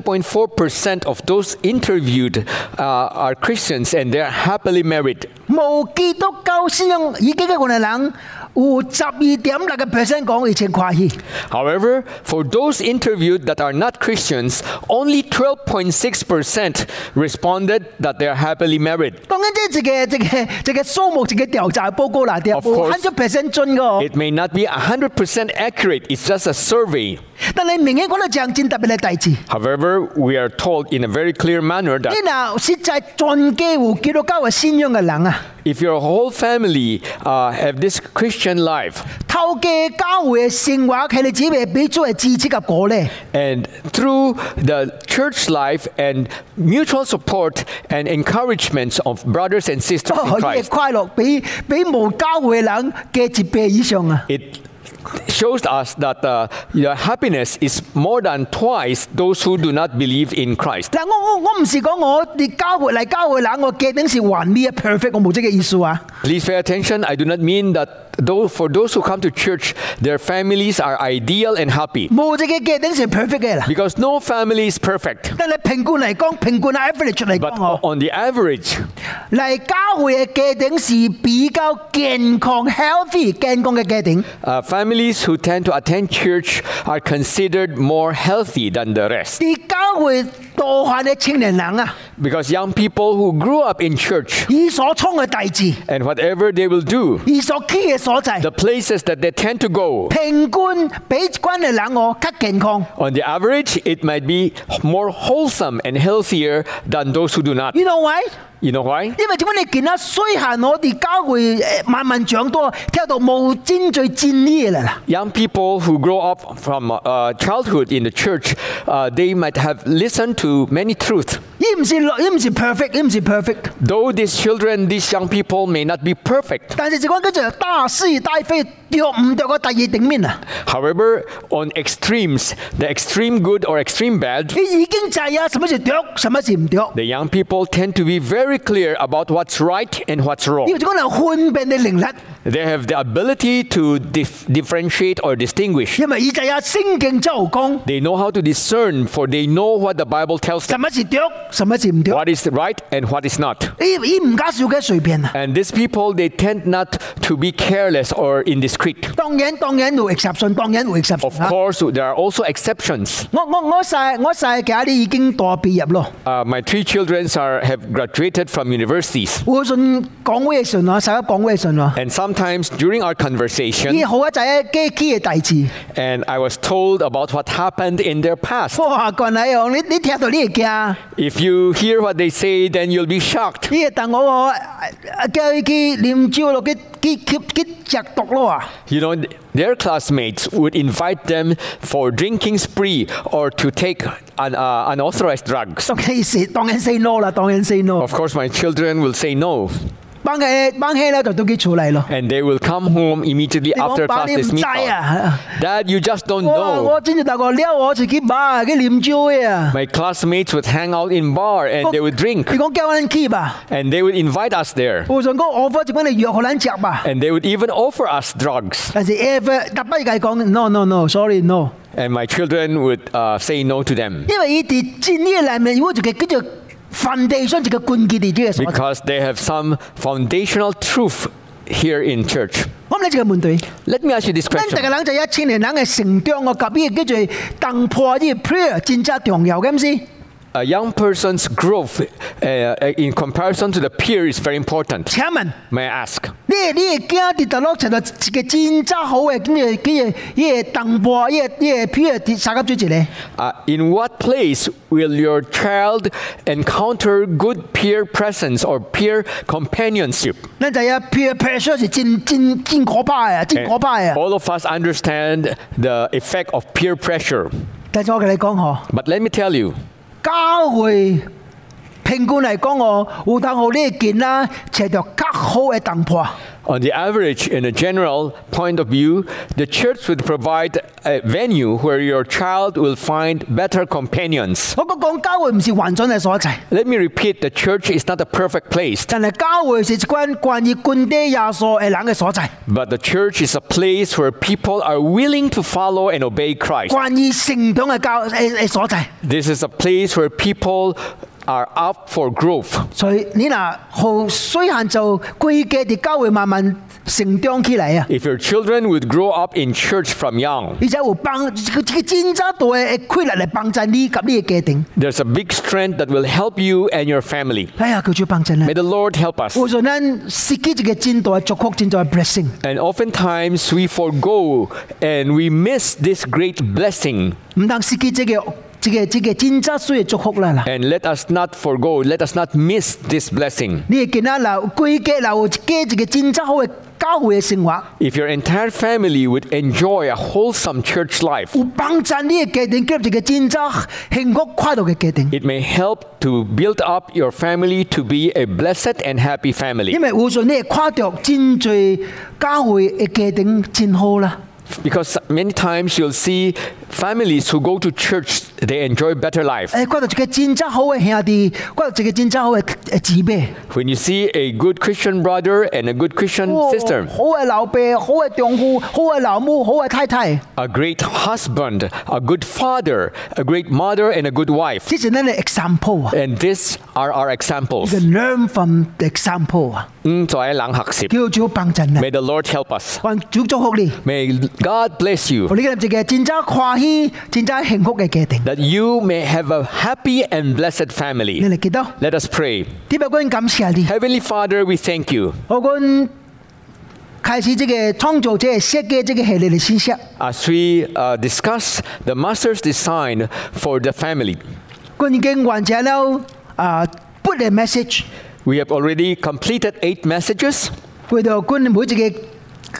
Speaker 2: 30.4% of those interviewed uh, are Christians and they are happily married.
Speaker 1: 無基督教信仰已經結婚嘅人有十二點六個 percent 講以前快喜。
Speaker 2: However, for those interviewed that are not Christians, only 12.6% responded that they are happily married.
Speaker 1: 當然，即係一個、一個、一個數目、一個調查報告啦，啲
Speaker 2: Of
Speaker 1: 冇
Speaker 2: course
Speaker 1: 100 percent 準嘅哦。
Speaker 2: It may not be 100% accurate, it's just a survey.
Speaker 1: 但但係明顯講到像真特別嘅代志。
Speaker 2: However, we are told in a very clear manner
Speaker 1: 你
Speaker 2: that
Speaker 1: 嗱實在盡機會基督教嘅信仰嘅人啊，
Speaker 2: if your whole family uh, have this Christian life
Speaker 1: 透過教會嘅生活，佢哋只會俾作為支持嘅果咧。
Speaker 2: and through the church life and mutual support and encouragement of brothers and sisters
Speaker 1: 都
Speaker 2: in
Speaker 1: 可以
Speaker 2: Christ,
Speaker 1: 快樂比比無教會嘅人嘅一倍以上啊！
Speaker 2: it shows us that uh, your happiness is more than twice those who do not believe in Christ.
Speaker 1: 嗱，我我我唔是講我哋教會嚟教會嘅人，我嘅定是完美嘅 perfect，我冇這個意思啊！
Speaker 2: Please pay attention. I do not mean that though for those who come to church, their families are ideal and happy.
Speaker 1: 冇這個嘅定是 perfect 嘅啦。
Speaker 2: Because no family is perfect.
Speaker 1: 但係平均嚟講，平均 average 嚟
Speaker 2: But oh,
Speaker 1: 講哦。
Speaker 2: on the average,
Speaker 1: 嚟教會嘅家庭是比較健康 healthy 健康嘅家庭，
Speaker 2: uh, families who tend to attend church are considered more healthy than the rest.
Speaker 1: 啲教會多患嘅青年人啊，
Speaker 2: Because young people who grew up in church
Speaker 1: 以所衝嘅大志，
Speaker 2: and whatever they will do,
Speaker 1: 以所居嘅所在，
Speaker 2: the places that they tend to go,
Speaker 1: 平均比關嘅人我較健康。
Speaker 2: on the average, it might be more wholesome and healthier than those who do not.
Speaker 1: You know why？
Speaker 2: You know why?
Speaker 1: 因為點解你見啊？雖然我哋教會誒慢慢長多，聽到無尖最尖呢嘢嚟啦。
Speaker 2: Young people who grow up from uh, childhood in the church, uh, they might have listened to many truths.
Speaker 1: 依唔是落，依唔是 perfect，依唔是 perfect。
Speaker 2: Though these children, these young people may not be perfect,
Speaker 1: 但是就講跟住大是大非，着唔着個第二頂面啊？
Speaker 2: however, on extremes, the extreme good or extreme bad,
Speaker 1: 你已經制啊，什麼事着，什麼事唔着。
Speaker 2: the young people tend to be very clear about what's right and what's
Speaker 1: 呢
Speaker 2: wrong.
Speaker 1: 個就講係分辨嘅能力，
Speaker 2: They have the ability to dif- differentiate or distinguish.
Speaker 1: 因為以制啊聖經就講
Speaker 2: They know how to discern, for they know what the Bible tells them
Speaker 1: 什麼是着，什麼是唔着。
Speaker 2: what is right and what is not.
Speaker 1: 呢呢唔加少嘅隨便啊。
Speaker 2: And these people, they tend not to be careless or indiscreet.
Speaker 1: 當然當然有 exception，當然有 exception
Speaker 2: Of
Speaker 1: 啊
Speaker 2: course, there are also exceptions.
Speaker 1: 我我我細我細嘅啲已經大畢業咯。
Speaker 2: Uh, my three children are, have graduated from universities.
Speaker 1: 我信講威信啊，細一講威信啊。
Speaker 2: And sometimes during our conversation,
Speaker 1: 呢好一仔嘅機嘅弟子，
Speaker 2: and I was told about what happened in their past.
Speaker 1: 哇！個人嚟你你聽到呢個驚，
Speaker 2: If you hear what they say, then you'll be shocked.
Speaker 1: 呢個等我我叫佢念珠落去，佢佢佢著毒咯啊！
Speaker 2: You know, their classmates would invite them for drinking spree or to take un, uh, unauthorized drugs.
Speaker 1: 當然死，當然 say no 啦，當然 say no。
Speaker 2: Of course, my children will say no,
Speaker 1: 班嘅班兄咧就到佢處理咯。
Speaker 2: and they will come home immediately
Speaker 1: 你講
Speaker 2: after
Speaker 1: 把
Speaker 2: class
Speaker 1: 你唔
Speaker 2: is
Speaker 1: 制
Speaker 2: meet.
Speaker 1: 啊！
Speaker 2: Dad, you just don't
Speaker 1: 我
Speaker 2: know.
Speaker 1: 我真係大個撩我自己把佢念珠嘅啊！
Speaker 2: My classmates would hang out in bar and they would drink,
Speaker 1: 佢講叫我哋 keep 啊，
Speaker 2: and they would invite us there,
Speaker 1: 我想講我方就幫你約好撚著吧。
Speaker 2: and they would even offer us drugs.
Speaker 1: 但是 ever 特別係講 no no no，sorry no，
Speaker 2: And my children would uh, say no to them
Speaker 1: 因為呢啲戰呢嚟面，如果就嘅叫做 foundation 就嘅關鍵嚟啲嘅所在。
Speaker 2: because they have some foundational truth here in church.
Speaker 1: 我問你一個問題，
Speaker 2: Let me ask you this
Speaker 1: 真正嘅
Speaker 2: question.
Speaker 1: 人就一千年人嘅成長，我及呢個叫做突破呢個 prayer 戰爭重遊嘅唔知。
Speaker 2: A young person's growth uh, in comparison to the peer is very important.
Speaker 1: 請問？
Speaker 2: May I ask?
Speaker 1: 你你驚跌到落程度，自己戰爭好嘅，跟住跟住呢個突破呢個呢個 prayer 跌殺急追住你。
Speaker 2: Uh, in what place will your child encounter good peer presence or peer companionship?
Speaker 1: 咱就有 peer pressure 是真真真可怕嘅，真
Speaker 2: And
Speaker 1: 可怕嘅。
Speaker 2: all of us understand the effect of peer pressure.
Speaker 1: 但是我同你講嗬，
Speaker 2: But let me tell you,
Speaker 1: 教會平均嚟講哦，有當好呢個件啦，切到較好嘅突破。
Speaker 2: On the average, in a general point of view, the church would provide a venue where your child will find better companions.
Speaker 1: 我講講教會唔是完全嘅所在，
Speaker 2: Let me repeat the church is not a perfect place,
Speaker 1: 但係教會是一關關於管理耶穌嘅人嘅所在，
Speaker 2: but the church is a place where people are willing to follow and obey Christ.
Speaker 1: 關於成長嘅教嘅嘅所在。
Speaker 2: This is a place where people are up for growth.
Speaker 1: 所以你嗱，好雖然就規矩啲教會慢慢成長起嚟啊！
Speaker 2: If your children would grow up in church from young,
Speaker 1: 而且會幫佢佢真扎大嘅規律嚟幫襯你及呢個家庭。
Speaker 2: there's a big strength that will help you and your family.
Speaker 1: 哎呀，佢主幫襯啦
Speaker 2: May！the Lord help us.
Speaker 1: 我想咱設計一個真大嘅作曲真大嘅 blessing。
Speaker 2: And oftentimes we forego and we miss this great blessing.
Speaker 1: 唔通司機即個即個即個真質需要祝福啦啦。
Speaker 2: And let us not forego, let us not miss this blessing.
Speaker 1: 你嘅囡仔留歸家留家一個真質好嘅教會嘅生活，
Speaker 2: If your entire family would enjoy a wholesome church life,
Speaker 1: 有幫襯你嘅家庭，建立一個真質幸福快樂嘅家庭。
Speaker 2: it may help to build up your family to be a blessed and happy family.
Speaker 1: 因為我信你係跨着真濟教會嘅家庭真好啦。
Speaker 2: Because many times you'll see families who go to church, they enjoy better life.
Speaker 1: 誒，跨哎着一個真質好嘅兄弟，跨着一個真質好嘅誒姊妹，
Speaker 2: When you see a good Christian brother and a good Christian
Speaker 1: 好
Speaker 2: sister,
Speaker 1: 嘅老爸，好嘅丈夫，好嘅老母，好嘅太太，
Speaker 2: a great husband, a good father, a great mother, and a good wife.
Speaker 1: 即係咱嘅 example 啊。
Speaker 2: And these are our examples. Mm,
Speaker 1: You can learn from the example 啊，
Speaker 2: 嗯，做一人學習。
Speaker 1: 叫做幫襯啊。
Speaker 2: May the Lord help us.
Speaker 1: 還主祝福你，
Speaker 2: May God bless you
Speaker 1: 我呢個一個真正歡喜、真正幸福嘅家庭。
Speaker 2: that you may have a happy and blessed
Speaker 1: 你
Speaker 2: family.
Speaker 1: 嚟祈禱，
Speaker 2: Let us pray.
Speaker 1: 天父君感謝你，
Speaker 2: Heavenly Father, we thank you.
Speaker 1: 我君開始這個創造者設計這個系列嘅信息，
Speaker 2: As we uh, discuss the Master's design for the family,
Speaker 1: 君已經完成了啊 put a message，
Speaker 2: we have already completed eight messages.
Speaker 1: 為到君每一個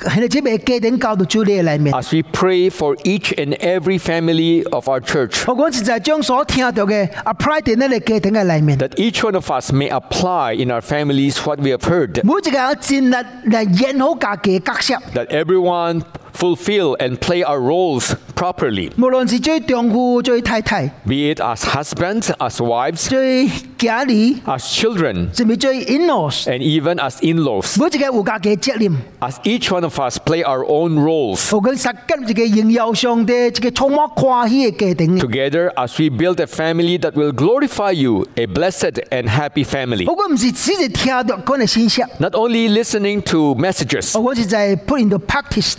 Speaker 1: 喺你這邊嘅家庭教導主你嘅裏面，
Speaker 2: As we pray for each and every family of our church,
Speaker 1: 我講實在將所聽到嘅 apply 喺你嘅家庭嘅裏面，
Speaker 2: that each one of us may apply in our families what we have heard,
Speaker 1: 每一個人盡力嚟演好家己嘅角色。
Speaker 2: that everyone fulfill and play our roles properly,
Speaker 1: 無論是做丈夫、做太太、
Speaker 2: be it as husbands, as wives,
Speaker 1: 做家裡，
Speaker 2: as children,
Speaker 1: 甚至做 in-laws，
Speaker 2: and even as in laws.
Speaker 1: 每一個有家己嘅責任，
Speaker 2: As each one of us play our own roles
Speaker 1: 我講實今一個榮耀上帝，一個充滿歡喜嘅家庭。
Speaker 2: together as we build a family that will glorify you, a blessed and happy family.
Speaker 1: 我講唔是只是聽到講嘅信息，
Speaker 2: Not only listening to messages,
Speaker 1: 我講是在 put into practice。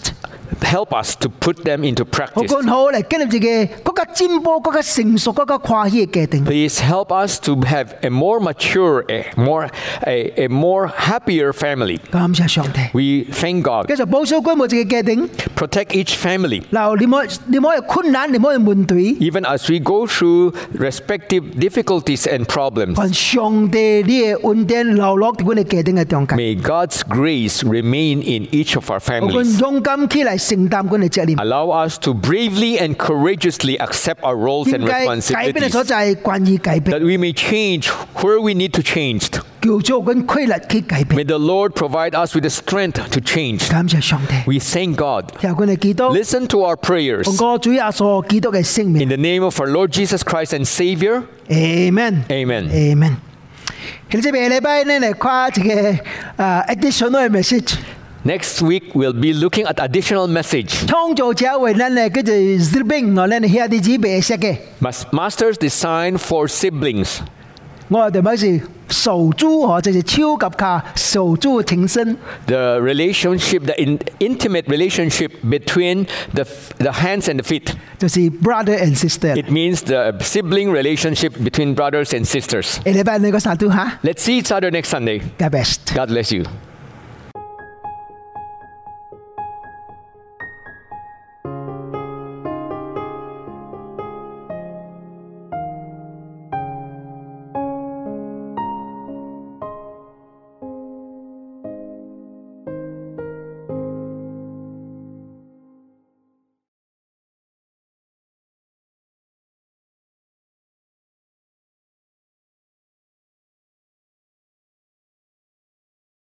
Speaker 2: help us to put them
Speaker 1: 我
Speaker 2: into practice.
Speaker 1: 講好嚟建立一個更加進步、更加成熟、更加歡喜嘅家庭。
Speaker 2: Please help us to have a more mature, a more, a, a more happier family.
Speaker 1: 感謝上帝。
Speaker 2: We thank God.
Speaker 1: 繼續保守君每一個家庭，
Speaker 2: Protect each family.
Speaker 1: 然後你冇你冇嘅困難，你冇嘅問題，
Speaker 2: Even as we go through respective difficulties and problems,
Speaker 1: 但上帝你嘅恩典流落喺我哋家庭嘅中間。
Speaker 2: may God's grace remain in each of
Speaker 1: 我
Speaker 2: our
Speaker 1: 講
Speaker 2: families.
Speaker 1: 勇敢起嚟承擔我哋嘅責任。
Speaker 2: Allow us to bravely and courageously accept our roles and
Speaker 1: 應該改變嘅所
Speaker 2: responsibilities
Speaker 1: 在係關於改變，
Speaker 2: that we may change where we need to change.
Speaker 1: 叫做跟規律去改
Speaker 2: May
Speaker 1: 變。
Speaker 2: the Lord provide us with the strength to change.
Speaker 1: 感謝上帝，
Speaker 2: We thank God.
Speaker 1: 由佢哋祈禱，
Speaker 2: Listen to our prayers.
Speaker 1: 奉我主耶穌基督嘅聖
Speaker 2: In
Speaker 1: 名
Speaker 2: the name of our Lord Jesus Christ and Savior,
Speaker 1: ，Amen。
Speaker 2: Amen.
Speaker 1: Amen。喺呢邊禮拜呢嚟跨一個啊 à, additional message，
Speaker 2: Next week, we'll be looking at additional message.
Speaker 1: 創造者為咱嚟嗰隻 z i b i n g 我哋喺啲紙白色嘅，
Speaker 2: Mas- Master's design for siblings.
Speaker 1: 我哋咪是手珠或者是超級卡手珠情深，
Speaker 2: The relationship, the in- intimate relationship between the, f- the hands and the feet.
Speaker 1: 就是 brother and sister。
Speaker 2: It means the uh, sibling relationship between brothers and sisters.
Speaker 1: 下禮拜你個三度嚇
Speaker 2: Let's see each other next Sunday.
Speaker 1: ，the best。
Speaker 2: God bless you.